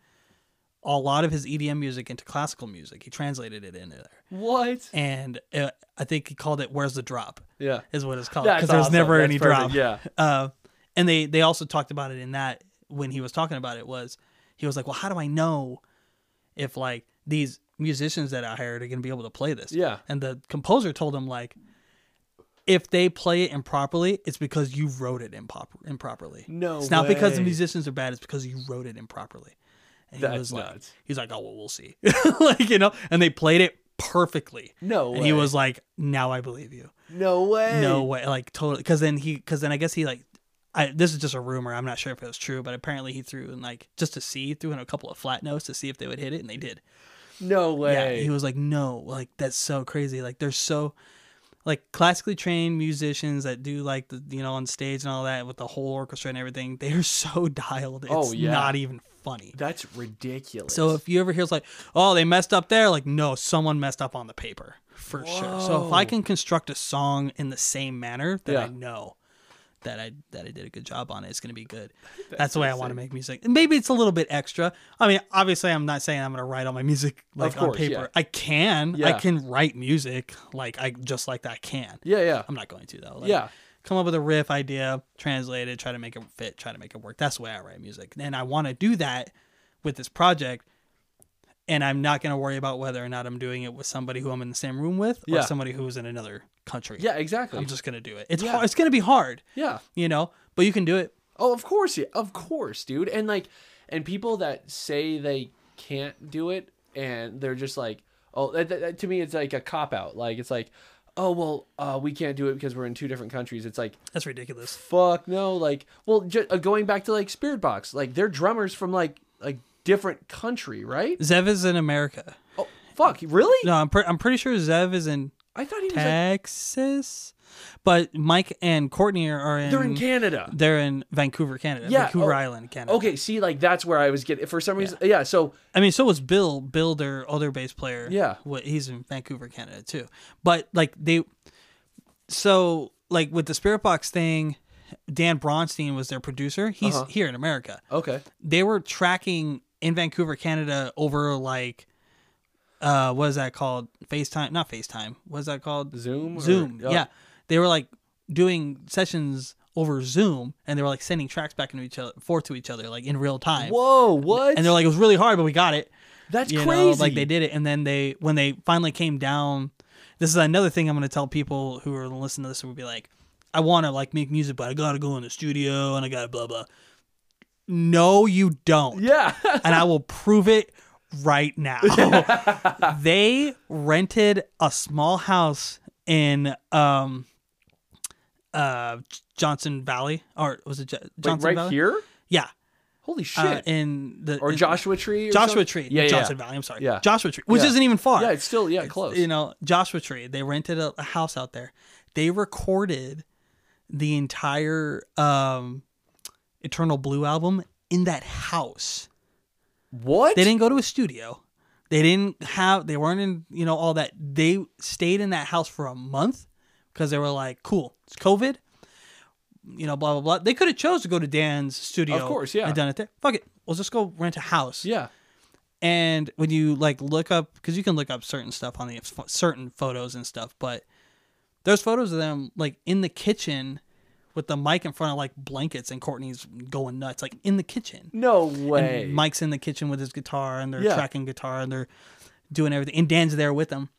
S1: a lot of his EDM music into classical music. He translated it into there,
S3: What?
S1: and uh, I think he called it "Where's the Drop."
S3: Yeah.
S1: is what it's called
S3: That's
S1: because there's
S3: awesome.
S1: never
S3: That's
S1: any
S3: perfect.
S1: drop.
S3: Yeah.
S1: Uh, and they they also talked about it in that when he was talking about it was he was like, well, how do I know if like these musicians that I hired are gonna be able to play this?
S3: Yeah.
S1: And the composer told him like, if they play it improperly, it's because you wrote it impop- improperly.
S3: No
S1: it's not because the
S3: way.
S1: musicians are bad. It's because you wrote it improperly. And
S3: That's
S1: he was like,
S3: nuts.
S1: he's like, oh well, we'll see. *laughs* like you know, and they played it perfectly.
S3: No
S1: And he
S3: way.
S1: was like, now I believe you
S3: No way.
S1: no way like totally because then he because then i guess he like I, this is just a rumor i'm not sure if it was true but apparently he threw in like just to see threw in a couple of flat notes to see if they would hit it and they did
S3: No
S1: yeah
S3: way.
S1: he was like no like that's so crazy like they're so like classically trained musicians that do like the you know on stage and all that with the whole orchestra and everything they're so *laughs* dialed it's
S3: Oh, yeah.
S1: not even funny
S3: that's ridiculous.
S1: so if you ever hear it's like, oh, they messed up there, like no, someone messed up on the paper for sure. So if I can construct a song in the same manner, then I
S3: Yeah.
S1: know that I that I did a good job on it. It's gonna be good. That's, the way I want to make music. And maybe it's a little bit extra. I mean, obviously, I'm not saying I'm gonna write all my music like on
S3: course, yeah.
S1: paper. I can, I
S3: Yeah.
S1: can write music like I just like that. I can.
S3: yeah, yeah.
S1: I'm not going to though. Like,
S3: Yeah.
S1: Come up with a riff idea, translate it, try to make it fit, try to make it work. That's the way I write music. And I want to do that with this project. And I'm not going to worry about whether or not I'm doing it with somebody who I'm in the same room with or
S3: Yeah.
S1: somebody who's in another country.
S3: Yeah, exactly.
S1: I'm just going to do it. It's
S3: Yeah.
S1: hard. It's going to be hard,
S3: yeah.
S1: you know, but you can do it.
S3: Oh, of course, yeah, of course, dude. And like, and people that say they can't do it, and they're just like, oh, that, that, that- to me, it's like a cop out. Like, it's like, oh well, uh, we can't do it because we're in two different countries. It's like,
S1: That's ridiculous.
S3: fuck no. Like, well, ju- uh, going back to like Spirit Box, like they're drummers from like like different country, right?
S1: Zev is in America.
S3: Oh, fuck, really?
S1: No, I'm, pre- I'm pretty sure Zev is in
S3: I thought he was. Like,
S1: Texas, but Mike and Courtney are in.
S3: they're in Canada.
S1: They're in Vancouver, Canada.
S3: Yeah,
S1: Vancouver
S3: oh,
S1: Island, Canada.
S3: Okay, see, like that's where I was getting for some reason. Yeah, so
S1: I mean, so was Bill, Bill, their other bass player.
S3: Yeah.
S1: Wh- he's in Vancouver, Canada too. But like they, so like with the Spirit Box thing, Dan Bronstein was their producer. He's
S3: Uh-huh.
S1: here in America.
S3: okay,
S1: They were tracking in Vancouver, Canada, over like, uh, what is that called? FaceTime? Not FaceTime. What is that called?
S3: Zoom, or-
S1: Zoom.
S3: oh,
S1: yeah. They were like doing sessions over Zoom, and they were like sending tracks back into each other, forth to each other, like in real time.
S3: Whoa, what?
S1: And they're like, it was really hard, but we got it
S3: that's
S1: you
S3: crazy.
S1: know like they did it and then they when they finally came down this is another thing i'm going to tell people who are listening to this who would be like i want to like make music but i gotta go in the studio and i gotta blah blah No, you don't.
S3: Yeah. *laughs*
S1: and I will prove it right now. they rented a small house in um uh Johnson Valley or was it Jo-
S3: Like
S1: Johnson
S3: right
S1: Valley?
S3: here?
S1: Yeah.
S3: Holy shit.
S1: Uh, in the
S3: or
S1: in-
S3: Joshua Tree? Or
S1: Joshua
S3: something?
S1: Tree.
S3: Yeah, yeah.
S1: Johnson Valley, I'm sorry.
S3: Yeah.
S1: Joshua Tree, which
S3: Yeah.
S1: isn't even far.
S3: Yeah, it's still, yeah, close.
S1: You know, Joshua Tree. They rented a, a house out there. They recorded the entire um Eternal Blue album in that house.
S3: what?
S1: They didn't go to a studio. They didn't have. They weren't in. You know all that. They stayed in that house for a month because they were like, "Cool, it's COVID." You know, blah blah blah. They could have chose to go to Dan's studio,
S3: Of course, yeah.
S1: and done it there. Fuck it, we'll just go rent a house.
S3: yeah.
S1: And when you like look up, because you can look up certain stuff on the f- certain photos and stuff, but there's photos of them like in the kitchen with the mic in front of like blankets, and Courtney's going nuts, like in the kitchen.
S3: No way.
S1: And Mike's in the kitchen with his guitar and they're
S3: Yeah.
S1: tracking guitar and they're doing everything. And Dan's there with them.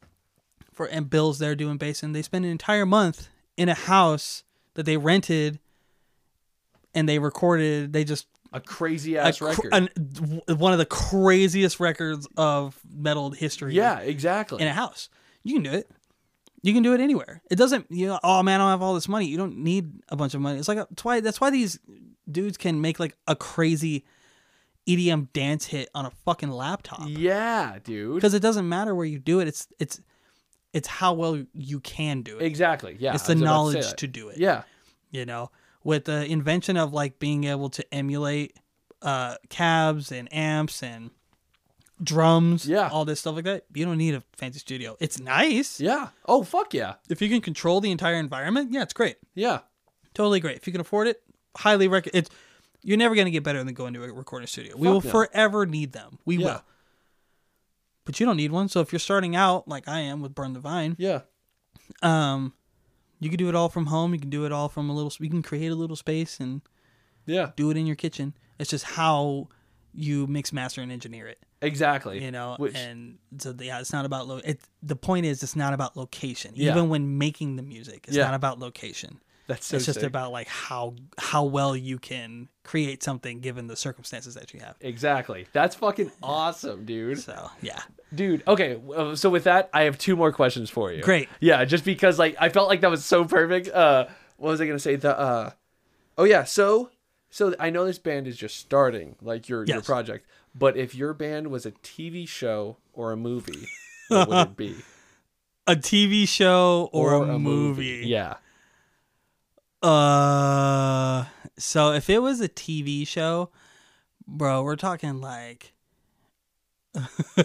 S1: For and Bill's there doing bass and they spend an entire month in a house that they rented and they recorded they just
S3: a crazy
S1: a
S3: ass
S1: cr-
S3: record.
S1: an- w- one of the craziest records of metal history
S3: yeah, exactly.
S1: in a house. You can do it. You can do it anywhere. It doesn't, you know, oh man, I don't have all this money. You don't need a bunch of money. It's like, a- that's why, that's why these dudes can make like a crazy EDM dance hit on a fucking laptop.
S3: yeah, dude.
S1: Because it doesn't matter where you do it. It's, it's, it's how well you can do it.
S3: Exactly. Yeah.
S1: It's
S3: I
S1: the
S3: was about say
S1: knowledge
S3: that.
S1: to do it.
S3: Yeah.
S1: You know, with the invention of like being able to emulate uh cabs and amps and drums,
S3: Yeah.
S1: all this stuff like that, you don't need a fancy studio. It's nice
S3: Yeah. Oh fuck yeah.
S1: if you can control the entire environment, yeah, it's great.
S3: Yeah.
S1: Totally great. If you can afford it, highly recommend. It's you're never gonna get better than going to a recording studio. we will
S3: Fuck no.
S1: forever need them. We
S3: Yeah.
S1: will. But you don't need one. So if you're starting out like I am with Burn the Vine,
S3: Yeah.
S1: um, you can do it all from home. You can do it all from a little. You can create a little space and
S3: Yeah.
S1: do it in your kitchen. It's just how you mix, master, and engineer it.
S3: Exactly.
S1: You know,
S3: Which,
S1: and so yeah, it's not about lo- it. The point is, it's not about location.
S3: Yeah.
S1: Even when making the music, it's
S3: Yeah.
S1: not about location.
S3: that's so
S1: it's just
S3: sick.
S1: about like how how well you can create something given the circumstances that you have.
S3: Exactly. That's
S1: *laughs*
S3: fucking awesome, dude.
S1: So yeah,
S3: Dude, okay. uh, So with that, I have two more questions for you.
S1: Great.
S3: Yeah, just because like I felt like that was so perfect. Uh what was I going to say? The uh Oh yeah, so so I know this band is just starting like your your
S1: Yes.
S3: project, but if your band was a TV show or a
S1: *laughs*
S3: movie, what would it be?
S1: a TV show or, a, movie.
S3: Yeah.
S1: Uh, so if it was a TV show, bro, we're talking like. *laughs*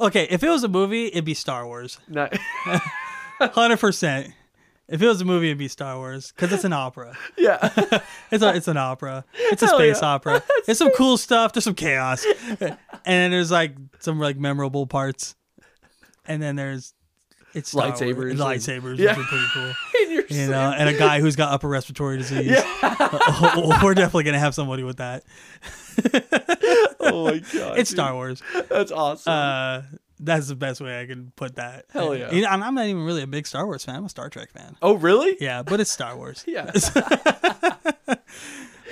S1: okay, if it was a movie, it'd be
S3: *laughs*
S1: Star Wars,
S3: Not,
S1: hundred percent. If it was a movie, it'd be Star Wars because it's an opera.
S3: yeah.
S1: It's a, it's an opera. It's a
S3: Hell
S1: space
S3: yeah. *laughs*
S1: opera. It's some cool stuff. There's some chaos, and then there's like some like memorable parts, and then there's it's Star Wars.
S3: Lightsabers and-
S1: lightsabers,
S3: Yeah.
S1: which are pretty
S3: *laughs*
S1: cool.
S3: In your
S1: You know, and a guy who's got upper respiratory disease. *laughs* We're definitely gonna have somebody with that.
S3: Oh
S1: *laughs*
S3: my god.
S1: It's Star Wars.
S3: dude. That's awesome.
S1: Uh, that's the best way I can put that.
S3: Hell yeah.
S1: You know, and I'm not even really a big Star Wars fan. I'm a Star Trek fan.
S3: oh really?
S1: Yeah, but *laughs* it's
S3: *laughs*
S1: Star Wars.
S3: Yeah.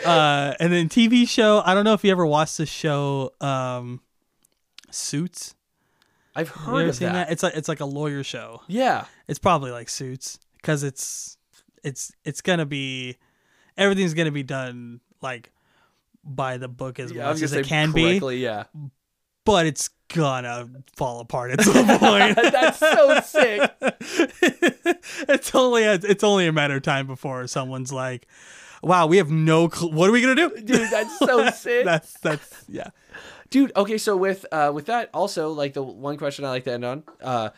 S1: Uh, and then TV show. I don't know if you ever watched the show um, Suits.
S3: I've
S1: You
S3: heard
S1: ever
S3: of
S1: seen that?
S3: that.
S1: It's like it's like a lawyer show.
S3: Yeah.
S1: It's probably like Suits because it's it's it's gonna be everything's gonna be done like by the book as
S3: Yeah, I was
S1: much
S3: gonna
S1: as
S3: say
S1: it can be,
S3: correctly,
S1: *laughs*
S3: yeah.
S1: but it's gonna fall apart at some point.
S3: *laughs* That's so sick.
S1: it's only a, it's only a matter of time before someone's like, "Wow, we have no clue. What are we gonna do?"
S3: Dude, that's
S1: *laughs*
S3: so sick.
S1: That's that's yeah.
S3: Dude, okay, so with uh with that also like the one question I like to end on, uh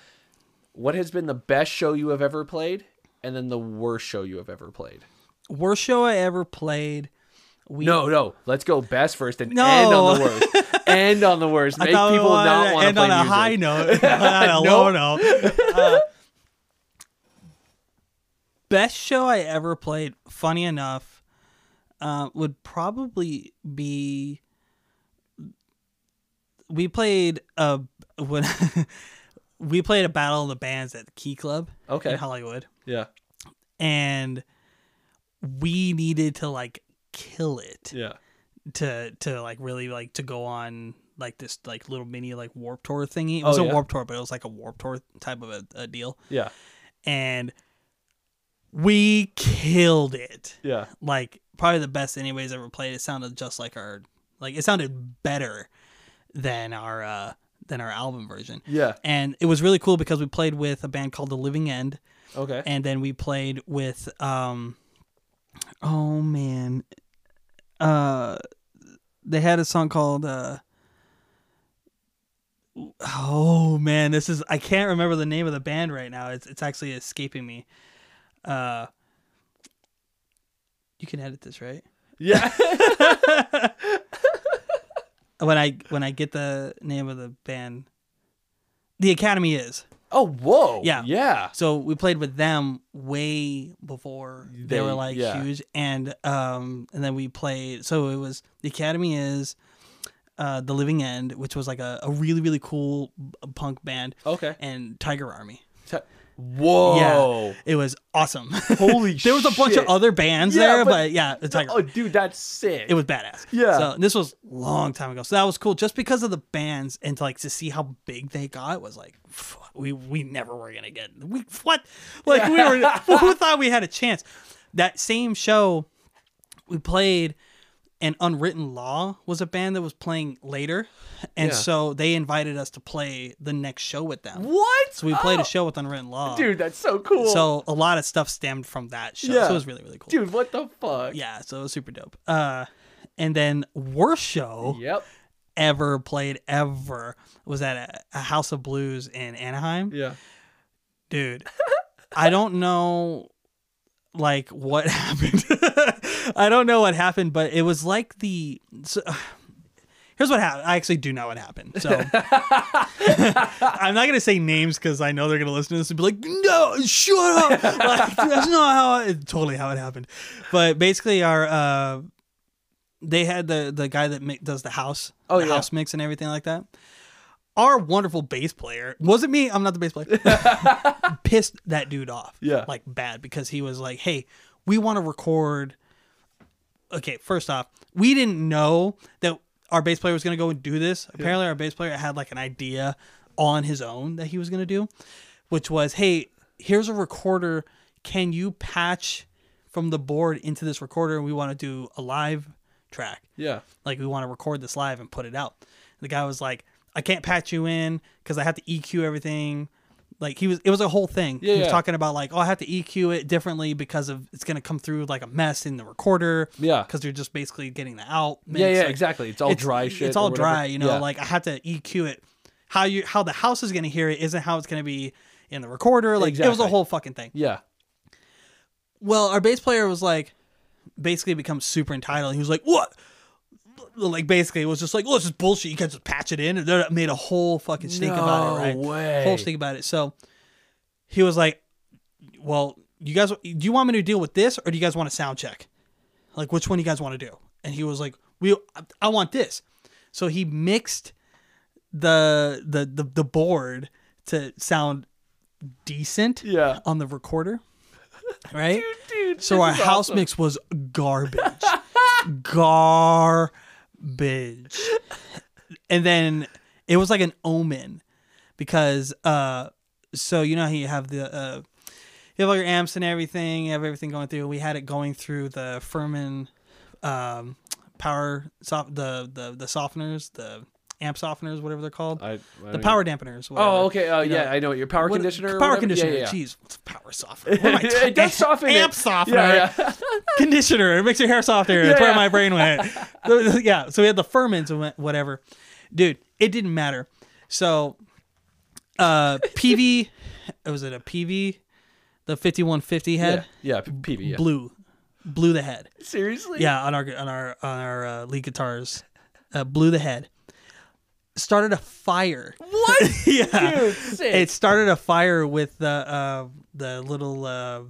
S3: what has been the best show you have ever played and then the worst show you have ever played?
S1: Worst show I ever played. We
S3: No, no. Let's go best first and
S1: No.
S3: end on the worst.
S1: *laughs*
S3: end on the worst. Make
S1: thought we
S3: people
S1: wanted
S3: not want to
S1: end
S3: play
S1: on a
S3: music. *laughs*
S1: high note, not a low note. Uh, best show I ever played. Funny enough, uh, would probably be we played a when *laughs* we played a battle of the bands at the Key Club.
S3: Okay.
S1: in Hollywood,
S3: Yeah.
S1: and we needed to like kill it
S3: Yeah.
S1: to to like really like to go on like this like little mini like warp tour thingy. It was
S3: Oh,
S1: a
S3: yeah.
S1: warp tour, but it was like a warp tour type of a, a deal.
S3: Yeah.
S1: And we killed it.
S3: Yeah.
S1: Like probably the best anybody's ever played. It sounded just like our like it sounded better than our uh than our album version.
S3: Yeah.
S1: And it was really cool because we played with a band called The Living End
S3: Okay.
S1: and then we played with um oh man uh they had a song called uh oh man this is i can't remember the name of the band right now it's it's actually escaping me uh you can edit this right
S3: yeah.
S1: when i when i get the name of the band the academy is
S3: *laughs* oh, whoa.
S1: Yeah.
S3: Yeah.
S1: So we played with them way before they,
S3: They-
S1: were like
S3: yeah.
S1: huge, and um, and then we played. So it was the Academy is, uh, the Living End, which was like a, a really really cool b- punk band,
S3: Okay.
S1: and Tiger Army.
S3: T- Whoa.
S1: It was awesome. *laughs*
S3: Holy
S1: there was a bunch
S3: shit.
S1: of other bands
S3: Yeah,
S1: there,
S3: but-
S1: but, yeah, the Tiger.
S3: Oh, dude, that's sick.
S1: It was badass.
S3: Yeah.
S1: So and this was a long time ago. So that was cool. Just because of the bands and to like to see how big they got was like pff, we we never were gonna get we what like we were who thought we had a chance. That same show we played and Unwritten Law was a band that was playing later. And
S3: Yeah.
S1: so they invited us to play the next show with them.
S3: what?
S1: So we played
S3: Oh,
S1: a show with Unwritten Law.
S3: Dude, that's so cool.
S1: So a lot of stuff stemmed from that show.
S3: Yeah.
S1: So it was really, really cool.
S3: dude, what the fuck?
S1: Yeah, so it was super dope. Uh, and then worst show
S3: Yep.
S1: ever played ever was at a, a House of Blues in Anaheim,
S3: Yeah.
S1: dude. I don't know, like what *laughs* happened. I don't know what happened, but it was like the. So, *sighs* here's what happened. I actually do know what happened, so *laughs* I'm not gonna say names because I know they're gonna listen to this and be like, "No, shut up!" *laughs* Like, that's not how. It, totally how it happened, but basically our. uh they had the the guy that mi- does the house,
S3: Oh,
S1: the
S3: yeah.
S1: house mix and everything like that. Our wonderful bass player wasn't me. I'm not the bass player. pissed that dude off,
S3: Yeah.
S1: like bad because he was like, "Hey, we want to record." Okay, first off, we didn't know that our bass player was gonna go and do this. Apparently, our bass player had like an idea on his own that he was gonna do, which was, "Hey, here's a recorder. Can you patch from the board into this recorder? We want to do a live track."
S3: Yeah.
S1: like we want to record this live and put it out the guy was like i can't patch you in because i have to eq everything like he was it was a whole thing
S3: Yeah,
S1: he was
S3: yeah.
S1: talking about like oh i have to eq it differently because of it's going to come through like a mess in the recorder
S3: Yeah.
S1: because you're just basically getting the out
S3: Yeah,
S1: mix,
S3: yeah,
S1: like,
S3: exactly. It's all dry shit.
S1: it's
S3: or
S1: all
S3: whatever.
S1: dry you know
S3: Yeah.
S1: like i have to eq it how you how the house is going to hear it isn't how it's going to be in the recorder like it was a
S3: Exactly.
S1: whole fucking thing
S3: Yeah.
S1: well, our bass player was like, basically becomes super entitled. He was like, "What?" Like basically, it was just like, "Oh, this is bullshit. You can just patch it in." And they made a whole fucking stink about
S3: No
S1: it, right?
S3: way.
S1: Whole stink about it. So he was like, "Well, you guys, do you want me to deal with this, or do you guys want a sound check? Like, which one do you guys want to do?" And he was like, "We, I, I want this." So he mixed the the the, the board to sound decent *laughs*
S3: Yeah.
S1: on
S3: *laughs*
S1: the recorder, right?
S3: Dude,
S1: So our house mix was
S3: *laughs*
S1: garbage. garbage. And then it was like an omen because uh so you know how you have the uh you have all your amps and everything, you have everything going through. We had it going through the Furman um power soft the the the softeners, the amp softeners, whatever they're called.
S3: I, I
S1: the
S3: don't
S1: power dampeners. Whatever.
S3: Oh, okay. Uh,
S1: You know,
S3: yeah, I know what your power
S1: what-
S3: conditioner. or whatever?
S1: Power
S3: Yeah,
S1: conditioner.
S3: yeah, yeah.
S1: Jeez, what's
S3: *laughs*
S1: power softener? What am I talking-
S3: it does soften it.
S1: Amp softener.
S3: Yeah, yeah.
S1: *laughs* Conditioner. It makes your hair softer. That's where
S3: Yeah.
S1: my brain went.
S3: *laughs*
S1: *laughs* So, yeah. So we had the ferments and went- whatever. Dude, it didn't matter. So,
S3: *laughs*
S1: uh, PV, was it a PV? The 5150
S3: yeah.
S1: head
S3: yeah. P- PV. Yeah.
S1: blew, blew the head.
S3: Seriously?
S1: Yeah, on our on our on our uh, lead guitars, uh, blew the head. Started a fire. *laughs*
S3: What?
S1: yeah,
S3: Dude, sick.
S1: it started a fire with the uh, the little uh,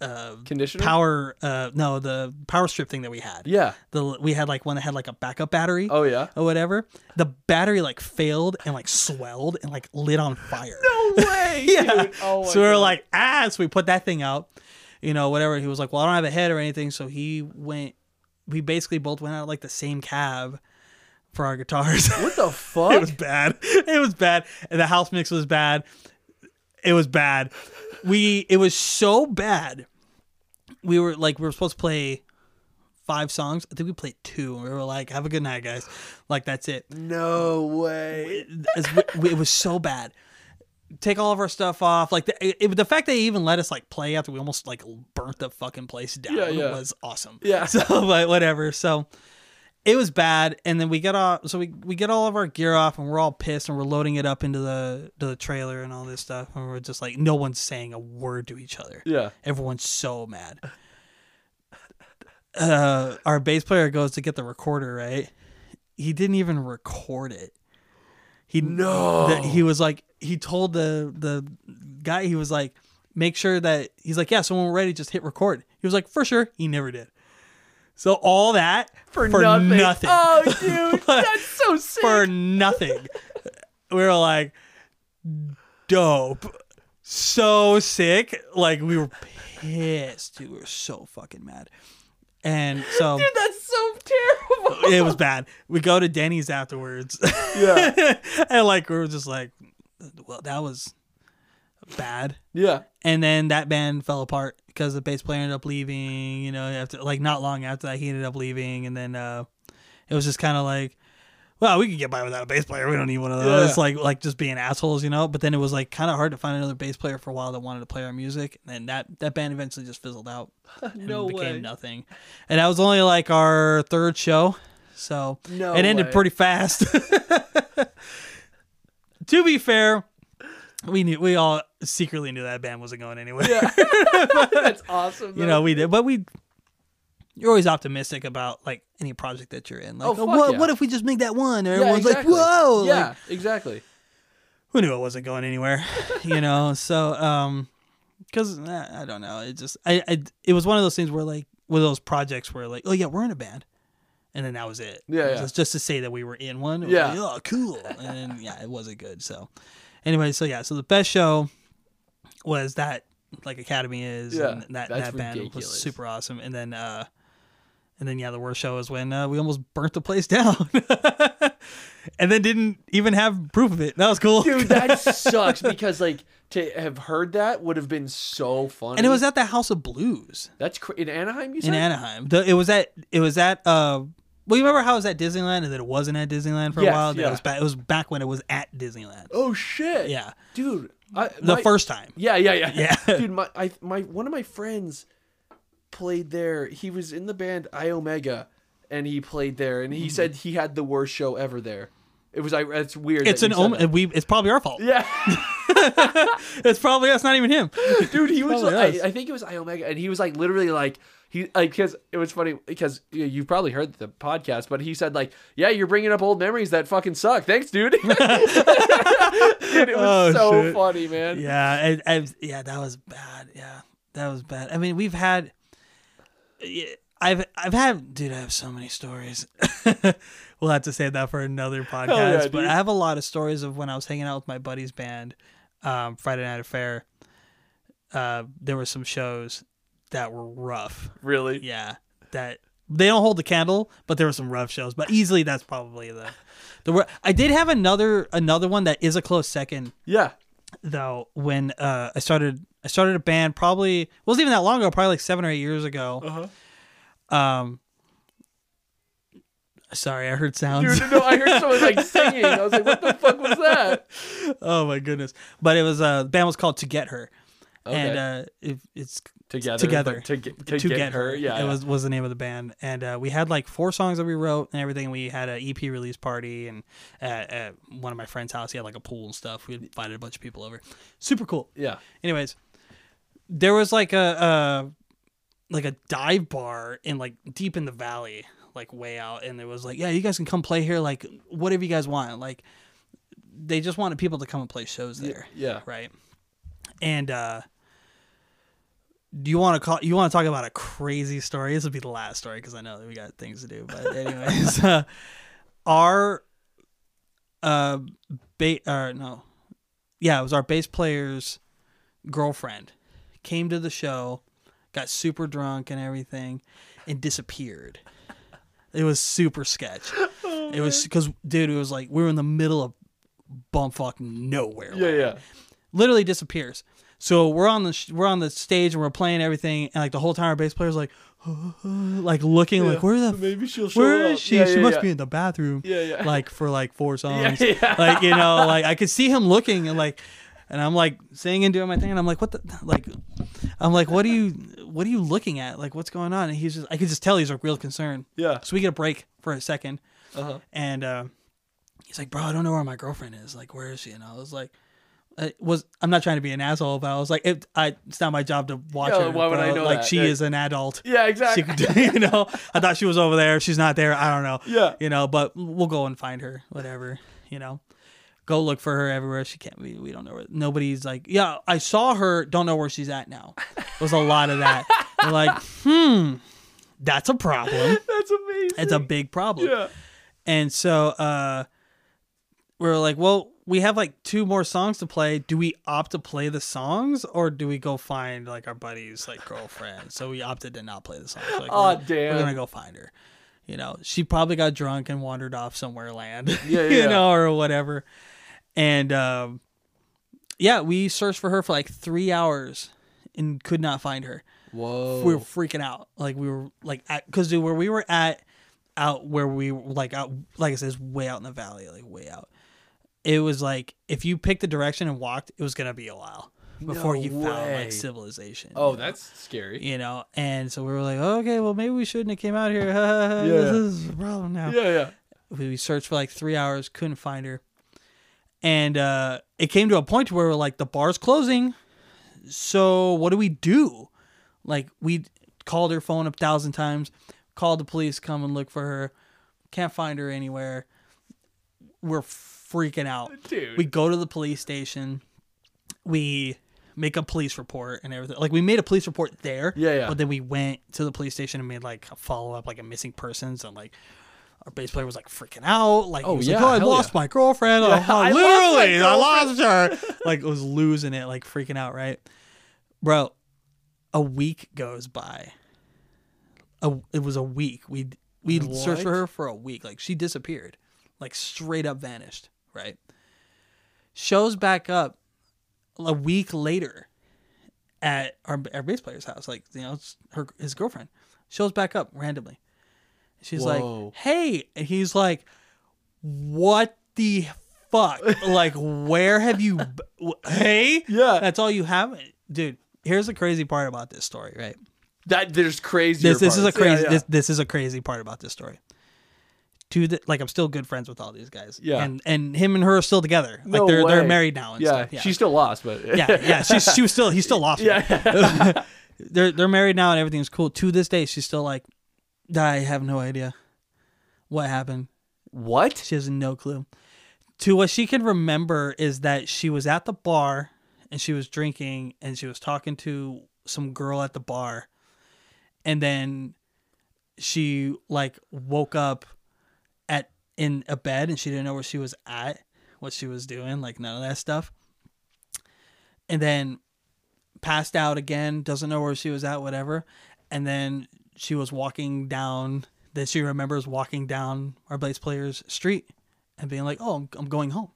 S1: uh,
S3: Conditioner.
S1: power uh, no the power strip thing that we had.
S3: Yeah.
S1: the we had like one that had like a backup battery.
S3: Oh yeah.
S1: or whatever. The battery like failed and like swelled and like lit on fire. *laughs*
S3: No way.
S1: yeah.
S3: Dude. Oh my
S1: so we were
S3: God.
S1: like, ah, so we put that thing out, you know, whatever. He was like, well, I don't have a head or anything. So he went we basically both went out of, like the same cab for our guitars. *laughs*
S3: What the
S1: it
S3: fuck?
S1: was bad. It was bad. And the house mix was bad. It was bad. We it was so bad. We were like we were supposed to play five songs. I think we played two. We were like, "Have a good night, guys." Like that's it.
S3: no way.
S1: As we- it was so bad. Take all of our stuff off. Like the, it, the fact they even let us like play after we almost like burnt the fucking place down
S3: Yeah, yeah.
S1: was awesome.
S3: Yeah.
S1: *laughs* So but whatever. So it was bad. And then we get off. So we, we get all of our gear off, and we're all pissed, and we're loading it up into the to the trailer and all this stuff. And we're just like, no one's saying a word to each other.
S3: Yeah.
S1: Everyone's so mad. Uh, our bass player goes to get the recorder, right? He didn't even record it. He
S3: No.
S1: that he was like he told the the guy he was like make sure that he's like yeah so when we're ready just hit record. He was like for sure. He never did. So all that for, nothing. *laughs*
S3: Oh, dude, that's so sick.
S1: for nothing. *laughs* we were like, dope. So sick. Like, we were pissed. Dude, we were so fucking mad. And so
S3: Dude, that's so terrible. *laughs*
S1: it was bad. We go to Denny's afterwards. *laughs*
S3: Yeah.
S1: and like, we were just like, well, that was bad.
S3: Yeah.
S1: And then that band fell apart because the bass player ended up leaving, you know, after like not long after that he ended up leaving and then uh it was just kind of like well, we can get by without a bass player. We don't need one of those.
S3: Yeah.
S1: Like, like just being assholes, you know. But then it was like kind of hard to find another bass player for a while that wanted to play our music. And then that that band eventually just fizzled out. and
S3: No
S1: became
S3: way.
S1: nothing. And that was only like our third show, so
S3: No
S1: it ended
S3: way.
S1: pretty fast. *laughs* to be fair, we knew we all secretly knew that band wasn't going anywhere.
S3: That's awesome.
S1: *laughs* you know, we did, but we you're always optimistic about like any project that you're in. Like,
S3: Oh, fuck
S1: what,
S3: yeah.
S1: what if we just make that one? And everyone's like, whoa! Like,
S3: Yeah,
S1: *laughs*
S3: exactly.
S1: who knew it wasn't going anywhere?
S3: *laughs*
S1: you know, so um, because I don't know, it just I, I it was one of those things where like with those projects where like, oh yeah, we're in a band. And then that was it.
S3: Yeah, yeah.
S1: Just, just to say that we were in one. it was
S3: Yeah.
S1: like, oh, cool. And then, yeah, it wasn't good. So, anyway, so yeah, so the best show was that like Academy is.
S3: Yeah,
S1: and that
S3: that's
S1: that band was
S3: ridiculous.
S1: super awesome. And then uh, and then yeah, the worst show is when uh, we almost burnt the place *laughs* down, and then didn't even have proof of it. That was cool.
S3: Dude,
S1: *laughs*
S3: that sucks because like to have heard that would have been so funny.
S1: and it was at the House of Blues
S3: that's cra- in Anaheim. You said
S1: in Anaheim. The- it was at it was at uh well, you remember how it was at Disneyland and then it wasn't at Disneyland for a
S3: Yes,
S1: while. That
S3: yeah.
S1: was back, it was back when it was at Disneyland.
S3: Oh shit.
S1: Yeah.
S3: dude. I,
S1: The
S3: my-
S1: first time.
S3: Yeah, yeah, yeah,
S1: Yeah.
S3: *laughs* Dude, my I my one of my friends played there. He was in the band I Omega, and he played there. And
S1: Mm.
S3: he said he had the worst show ever there. It was I. It's weird.
S1: It's
S3: that
S1: an
S3: you said
S1: om-
S3: that.
S1: we it's probably our fault.
S3: *laughs*
S1: *laughs*
S3: Yeah,
S1: It's probably us, not even him.
S3: dude. He was.
S1: Probably
S3: I,
S1: us.
S3: I think it was I Omega, and he was like literally like he like because it was funny because you- you've probably heard the podcast, but he said like, yeah, you're bringing up old memories that fucking suck. Thanks, dude. *laughs* Dude, it
S1: Oh,
S3: was so
S1: shit.
S3: funny, man.
S1: Yeah, I, I, yeah, that was bad. Yeah, that was bad. I mean, we've had, yeah, I've I've had, dude, I have so many stories. *laughs* we'll have to save that
S3: *laughs*
S1: for another podcast.
S3: yeah,
S1: but
S3: dude.
S1: I have a lot of stories of when I was hanging out with my buddy's band, um, Friday Night Affair. Uh, there were some shows that were rough.
S3: Really.
S1: Yeah, that they don't hold the candle, but there were some rough shows. But easily, that's probably the. the wor- I did have another another one that is a close second
S3: Yeah.
S1: though when uh, I started I started a band probably it wasn't even that long ago probably like seven or eight years ago.
S3: Uh-huh.
S1: Um, sorry, I heard sounds.
S3: Dude, no, I heard someone like singing. I was like, what the fuck was that?
S1: *laughs* oh my goodness! But it was uh, the band was called To Get Her, and
S3: Okay.
S1: uh, it, it's
S3: *laughs* Together.
S1: Together.
S3: but To get, to get, her. Yeah.
S1: it was was the name of the band, and uh, we had like four songs that we wrote and everything. We had an EP release party, and at, at one of my friend's house, he had like a pool and stuff. We invited a bunch of people over. Super cool.
S3: Yeah.
S1: anyways there was like a uh like a dive bar in like deep in the valley like way out and it was like yeah you guys can come play here like whatever you guys want like they just wanted people to come and play shows there
S3: yeah.
S1: right and uh do you want to call you want to talk about a crazy story this would be the last story because i know that we got things to do but anyways uh, our uh ba- or no yeah it was our bass player's girlfriend came to the show got super drunk and everything and disappeared It was super sketch. it was because, dude, it was like we were in the middle of bumfuck nowhere.
S3: Yeah, yeah.
S1: literally disappears. So we're on the sh- we're on the stage and we're playing everything, and like the whole time our bass player's like, *gasps* like looking like where the f-
S3: Maybe she'll show
S1: where
S3: up.
S1: is she?
S3: Yeah,
S1: she
S3: yeah,
S1: must
S3: yeah.
S1: be in the bathroom.
S3: Yeah, *laughs* yeah.
S1: Like for like four songs.
S3: yeah.
S1: Like you know, like I could see him looking and like, and I'm like singing, doing my thing, and I'm like, what the like, I'm like, what are you, what are you looking at? Like what's going on? And he's just, I could just tell he's like real concern. *laughs*
S3: Yeah.
S1: So we get a break for a 2nd
S3: Uh-huh.
S1: and uh, he's like, bro, I don't know where my girlfriend is. Like, where is she? And I was like. It was I'm not trying to be an asshole, but I was like, it, I, it's not my job to watch
S3: Yeah,
S1: her.
S3: why would I
S1: bro.
S3: know
S1: Like,
S3: that?
S1: she
S3: Yeah.
S1: is an adult
S3: Yeah,
S1: *laughs* she
S3: exactly.
S1: could do, you know i thought she was over there she's not there i don't know
S3: Yeah.
S1: you know but we'll go and find her whatever you know go look for her everywhere she can't we, we don't know where nobody's like yeah i saw her don't know where she's at now There was a lot of that We're like hmm that's a problem
S3: *laughs* That's amazing.
S1: it's a big
S3: *laughs*
S1: problem
S3: yeah.
S1: and so uh we are like well we have like two more songs to play do we opt to play the songs or do we go find like our buddy's like girlfriend so we opted to not play the songs like,
S3: Aw,
S1: we're,
S3: damn.
S1: we're gonna go find her you know she probably got drunk and wandered off somewhere land *laughs*
S3: Yeah, yeah, yeah.
S1: you know or whatever and um yeah we searched for her for like three hours and could not find her
S3: Whoa.
S1: we were freaking out. Like we were like at because dude, where we were at, out where we like out like I said, it's way out in the valley, like way out. It was like if you picked the direction and walked, it was gonna be a while before
S3: No
S1: you found
S3: way.
S1: like civilization.
S3: oh,
S1: you know?
S3: that's scary.
S1: you know. And so we were like, okay, well maybe we shouldn't have came out here. *laughs* This is a problem now.
S3: Yeah, yeah.
S1: We we searched for like three hours, couldn't find her, and uh, it came to a point where we're like, the bar's closing, so what do we do? Like we called her phone a thousand times, called the police, come and look for her, can't find her anywhere. We're freaking out.
S3: Dude.
S1: We go to the police station. We make a police report and everything. Like we made a police report there.
S3: Yeah, yeah.
S1: But then we went to the police station and made like a follow up, like a missing persons, and like our bass player was like freaking out. Like
S3: Oh,
S1: he was
S3: yeah,
S1: like, oh, I
S3: hell
S1: lost
S3: yeah.
S1: my girlfriend.
S3: Yeah, *laughs*
S1: oh,
S3: I lost my
S1: literally, I
S3: *laughs*
S1: lost her. like was losing it, like freaking out, right? Bro, a week goes by. A, it was a week. We we searched for
S3: What?
S1: her for a week. Like she disappeared, like straight up vanished. Right. Shows back up a week later at our, our bass player's house. Like you know, it's her his girlfriend shows back up randomly. She's
S3: Whoa.
S1: like, "Hey," and he's like, "What the fuck? like, where have you? b-
S3: *laughs*
S1: w- Hey,
S3: Yeah.
S1: that's all you have, dude." Here's the crazy part about this story, right?
S3: That there's crazy.
S1: this this is a
S3: Yeah,
S1: crazy
S3: yeah.
S1: This, this is a crazy part about this story. To the, like I'm still good friends with all these guys.
S3: Yeah.
S1: And and him and her are still together.
S3: No
S1: like they're they're
S3: way.
S1: married now and
S3: yeah,
S1: stuff. Yeah.
S3: she's still lost, but
S1: yeah, yeah. She's she was still he's still lost. Yeah.
S3: yeah,
S1: *laughs* They're they're married now and everything's cool. To this day, she's still like, I have no idea what happened.
S3: *laughs* what?
S1: She has no clue. To what she can remember is that she was at the bar and she was drinking and she was talking to some girl at the bar. And then she like woke up at in a bed and she didn't know where she was at, what she was doing, like none of that stuff. And then passed out again, doesn't know where she was at, whatever. And then she was walking down, then she remembers walking down our bass player's street and being like, oh, I'm, I'm going home.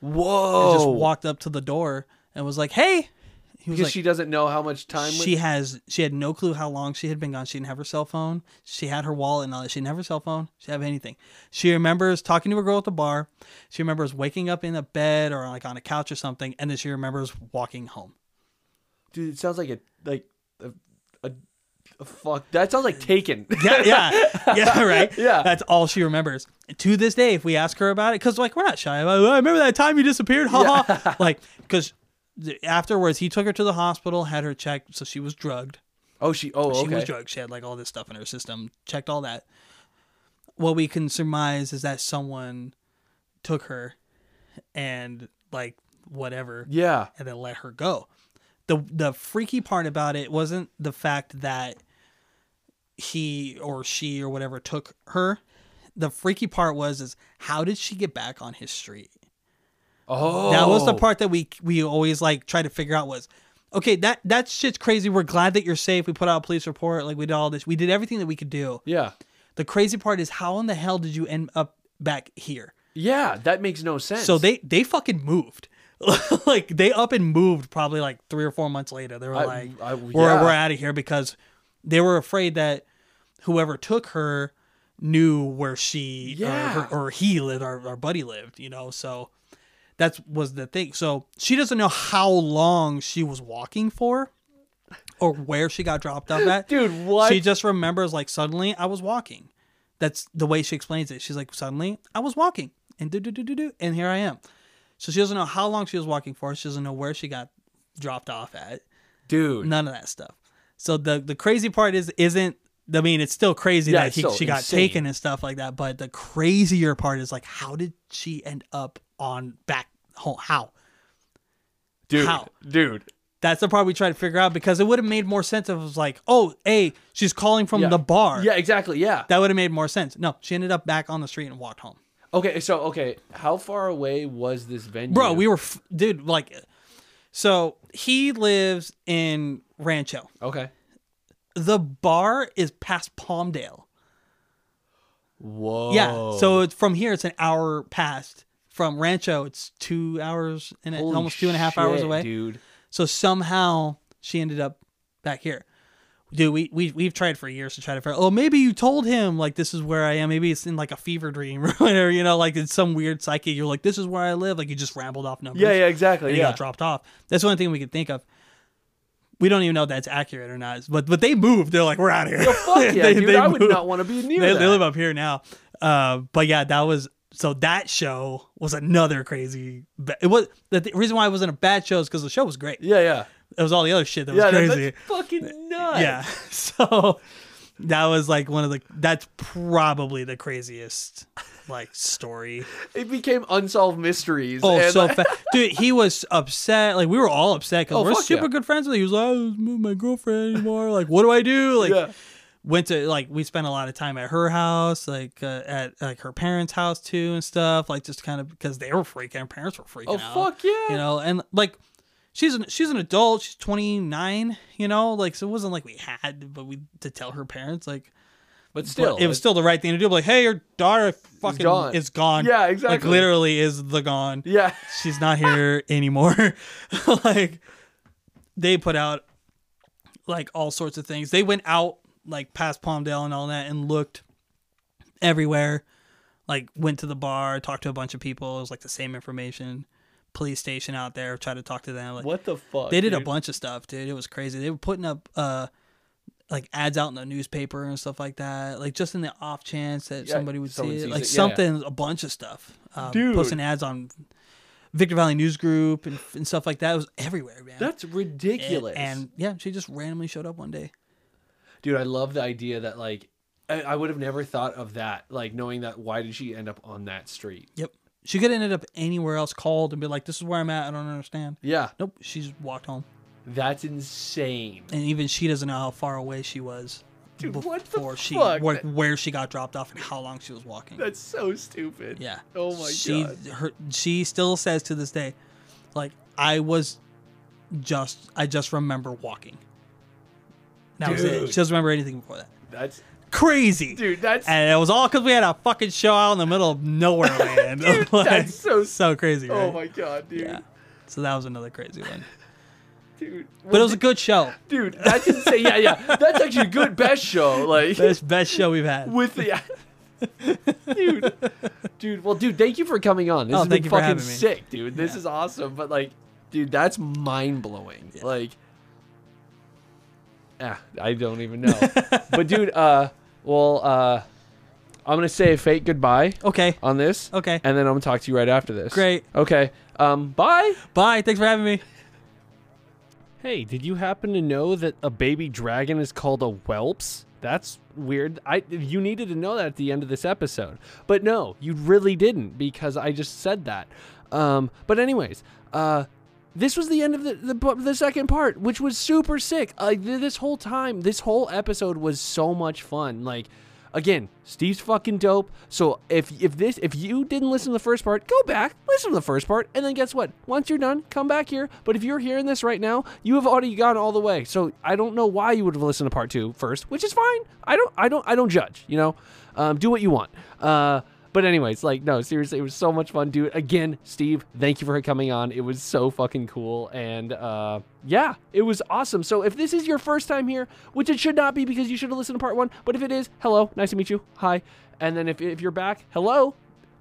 S3: Whoa!
S1: And just walked up to the door and was like, hey. He was
S3: Oh. because
S1: like,
S3: she doesn't know how much time. went-
S1: she has she had no clue how long she had been gone. She didn't have her cell phone. She had her wallet and all that. She didn't have her cell phone. She didn't have anything. She remembers talking to a girl at the bar. She remembers waking up in a bed or like on a couch or something, and then she remembers walking home.
S3: dude, it sounds like a like a, a, a fuck. That sounds like Taken.
S1: *laughs* Yeah, yeah, yeah, *laughs* right.
S3: Yeah.
S1: that's all she remembers to this day. If we ask her about it, because like we're not shy about. it. I remember that time you disappeared.
S3: *laughs*
S1: Ha ha. like because afterwards he took her to the hospital, had her checked, so she was drugged.
S3: oh, she. Oh, okay.
S1: She was drugged. She had like all this stuff in her system. Checked all that. What we can surmise is that someone took her and like whatever,
S3: Yeah.
S1: and then let her go. the The freaky part about it wasn't the fact that he or she or whatever took her. The freaky part was is how did she get back on his street?
S3: Oh,
S1: That was the part that we we always like try to figure out was okay that that shit's crazy. We're glad that you're safe. We put out a police report. Like we did all this. We did everything that we could do.
S3: Yeah.
S1: The crazy part is how in the hell did you end up back here?
S3: Yeah, that makes no sense.
S1: So they they fucking moved. *laughs* like they up and moved probably like three or four months later. They were
S3: I-
S1: like,
S3: I-
S1: "We're
S3: yeah.
S1: we're out of here" because they were afraid that whoever took her knew where she
S3: Yeah.
S1: or, her- or he lived, our our buddy lived. You know, so that was the thing. So she doesn't know how long she was walking for. Or where she got dropped off
S3: *laughs*
S1: at,
S3: Dude, what?
S1: She just remembers like suddenly I was walking. That's the way she explains it. She's like, suddenly I was walking, and do do do do do, and here I am. So she doesn't know how long she was walking for. She doesn't know where she got dropped off at.
S3: dude.
S1: None of that stuff. So the the crazy part is isn't. I mean, it's still crazy
S3: Yeah,
S1: that
S3: it's
S1: he,
S3: still
S1: she got
S3: insane.
S1: taken and stuff like that. But the crazier part is like, how did she end up on back home? How?
S3: Dude.
S1: How?
S3: Dude.
S1: That's the part we try to figure out because it would have made more sense if it was like, oh, hey, she's calling from
S3: Yeah.
S1: the bar.
S3: Yeah, exactly. Yeah.
S1: That would have made more sense. No, she ended up back on the street and walked home.
S3: Okay, so okay, how far away was this venue?
S1: Bro, we were, f- dude, like, so he lives in Rancho.
S3: Okay.
S1: The bar is past Palmdale.
S3: Whoa.
S1: Yeah.
S3: Oh.
S1: So it's, from here, it's an hour past. From Rancho, it's two hours and a-
S3: Holy
S1: almost two and a half hours
S3: shit,
S1: away.
S3: Dude.
S1: So somehow she ended up back here. Dude, we, we, we've tried for years to try to figure oh, maybe you told him, like, this is where I am. Maybe it's in, like, a fever dream *laughs* or whatever, you know, like, it's some weird psyche. You're like, this is where I live. Like, you just rambled off numbers.
S3: Yeah, yeah, exactly.
S1: And he
S3: yeah.
S1: got dropped off. That's the only thing we could think of. We don't even know if that's accurate or not. But but they moved. They're like, we're out of here.
S3: Fuck yeah,
S1: *laughs* They-
S3: dude.
S1: they
S3: I would
S1: moved.
S3: not want to be near
S1: They,
S3: that.
S1: they live up here now. Uh, but yeah, that was so that show was another crazy. ba- It was the th- reason why it wasn't a bad show is because the show was great.
S3: yeah, yeah.
S1: It was all the other shit that was
S3: Yeah, that-
S1: crazy.
S3: that's fucking nuts.
S1: yeah, *laughs* so that was like one of the. That's probably the craziest like story.
S3: It became unsolved mysteries.
S1: Oh,
S3: and,
S1: so
S3: like, *laughs*
S1: fa- dude, he was upset. Like we were all upset because
S3: Oh,
S1: we're
S3: fuck
S1: super
S3: yeah.
S1: good friends with. Him. He was like, I don't move my girlfriend anymore. Like, what do I do? Like,
S3: Yeah.
S1: went to like we spent a lot of time at her house, like uh, at like her parents' house too and stuff. Like just kind of because they were freaking, her parents were freaking
S3: Oh,
S1: out.
S3: fuck yeah.
S1: You know, and like. She's an she's an adult. She's twenty nine. You know, like so it wasn't like we had, but we to tell her parents like
S3: but
S1: but
S3: still
S1: it was still the right thing to do. Like, hey, your daughter fucking
S3: gone.
S1: is gone.
S3: Yeah,
S1: Like
S3: exactly.
S1: literally is the gone
S3: Yeah.
S1: she's not here anymore. *laughs* like they put out like all sorts of things. They went out like past Palmdale and all that and looked everywhere. Like went to the bar, talked to a bunch of people. It was like the same information. Police station out there, tried to talk to them. Like
S3: What the fuck?
S1: they did a
S3: dude?
S1: bunch of stuff, dude. It was crazy. They were putting up uh like ads out in the newspaper and stuff like that. Like just in the off chance that
S3: Yeah,
S1: somebody would see
S3: someone
S1: it,
S3: sees
S1: like
S3: it. Yeah, yeah.
S1: something, a bunch of stuff. Um,
S3: Dude.
S1: posting ads on Victor Valley News Group and, and stuff like that. It was everywhere, man.
S3: That's
S1: And-
S3: ridiculous.
S1: and yeah, she just randomly showed up one day.
S3: dude i love the idea that like I, I would have never thought of that like knowing that why did she end up on that street
S1: Yep, she could have ended up anywhere else, called and be like, "This is where I'm at. I don't understand."
S3: yeah
S1: Nope, she's walked home,
S3: that's insane
S1: and even she doesn't know how far away she was.
S3: Dude,
S1: before
S3: what the
S1: she
S3: fuck?
S1: where, where she got dropped off and how long she was walking.
S3: that's so stupid
S1: Yeah.
S3: oh my
S1: she,
S3: god
S1: Her, she still says to this day, like I was just I just remember walking. That was it.
S3: Dude.
S1: She doesn't remember anything before that.
S3: that's
S1: Crazy,
S3: dude that's
S1: And it was all because we had a fucking show out in the middle of nowhere
S3: *laughs*
S1: *laughs* land. Like,
S3: that's so-
S1: so crazy, right?
S3: oh my god dude
S1: Yeah. So that was another crazy one,
S3: dude
S1: but it was a good
S3: *laughs*
S1: show.
S3: dude that's insane yeah yeah that's actually a good best show like
S1: Best best show we've had.
S3: with
S1: *laughs*
S3: the dude dude well dude thank you for coming on this
S1: Oh,
S3: has
S1: thank
S3: been
S1: you for
S3: fucking
S1: having me.
S3: sick dude this is awesome but like dude that's mind-blowing like ah, i don't even
S1: *laughs*
S3: know but dude uh well uh i'm gonna say a fake goodbye
S1: Okay,
S3: on this
S1: Okay.
S3: and then i'm gonna talk to you right after this
S1: Great.
S3: okay um bye
S1: bye. Thanks for having me.
S3: Hey, did you happen to know that a baby dragon is called a whelps? That's weird. I you needed to know that at the end of this episode. But no, you really didn't because I just said that. Um, but anyways, uh this was the end of the, the bu- the second part, which was super sick. Like th- this whole time, this whole episode was so much fun. Like again, Steve's fucking dope. So if if this if you didn't listen to the first part, go back, listen to the first part, and then guess what? Once you're done, come back here. But if you're hearing this right now, you have already gone all the way. So I don't know why you would have listened to part two first, which is fine. I don't I don't I don't judge, you know. Um, do what you want. Uh, but anyways, like no, seriously, it was so much fun, dude. Again, Steve, thank you for coming on. It was so fucking cool, and uh, yeah, it was awesome. So if this is your first time here, which it should not be because you should have listened to part one, but if it is, hello, nice to meet you, hi. And then if if you're back, hello,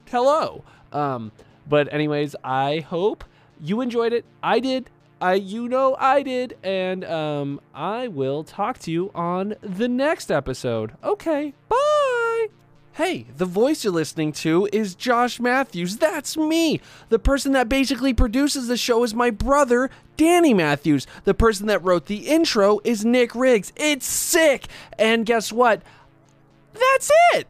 S3: hello. Um, but anyways, I hope you enjoyed it. I did. I you know I did, and um, I will talk to you on the next episode. Okay, bye. Hey, the voice you're listening to is Josh Matthews. That's me. The person that basically produces the show is my brother, Danny Matthews. The person that wrote the intro is Nick Riggs. It's sick. And guess what? That's it.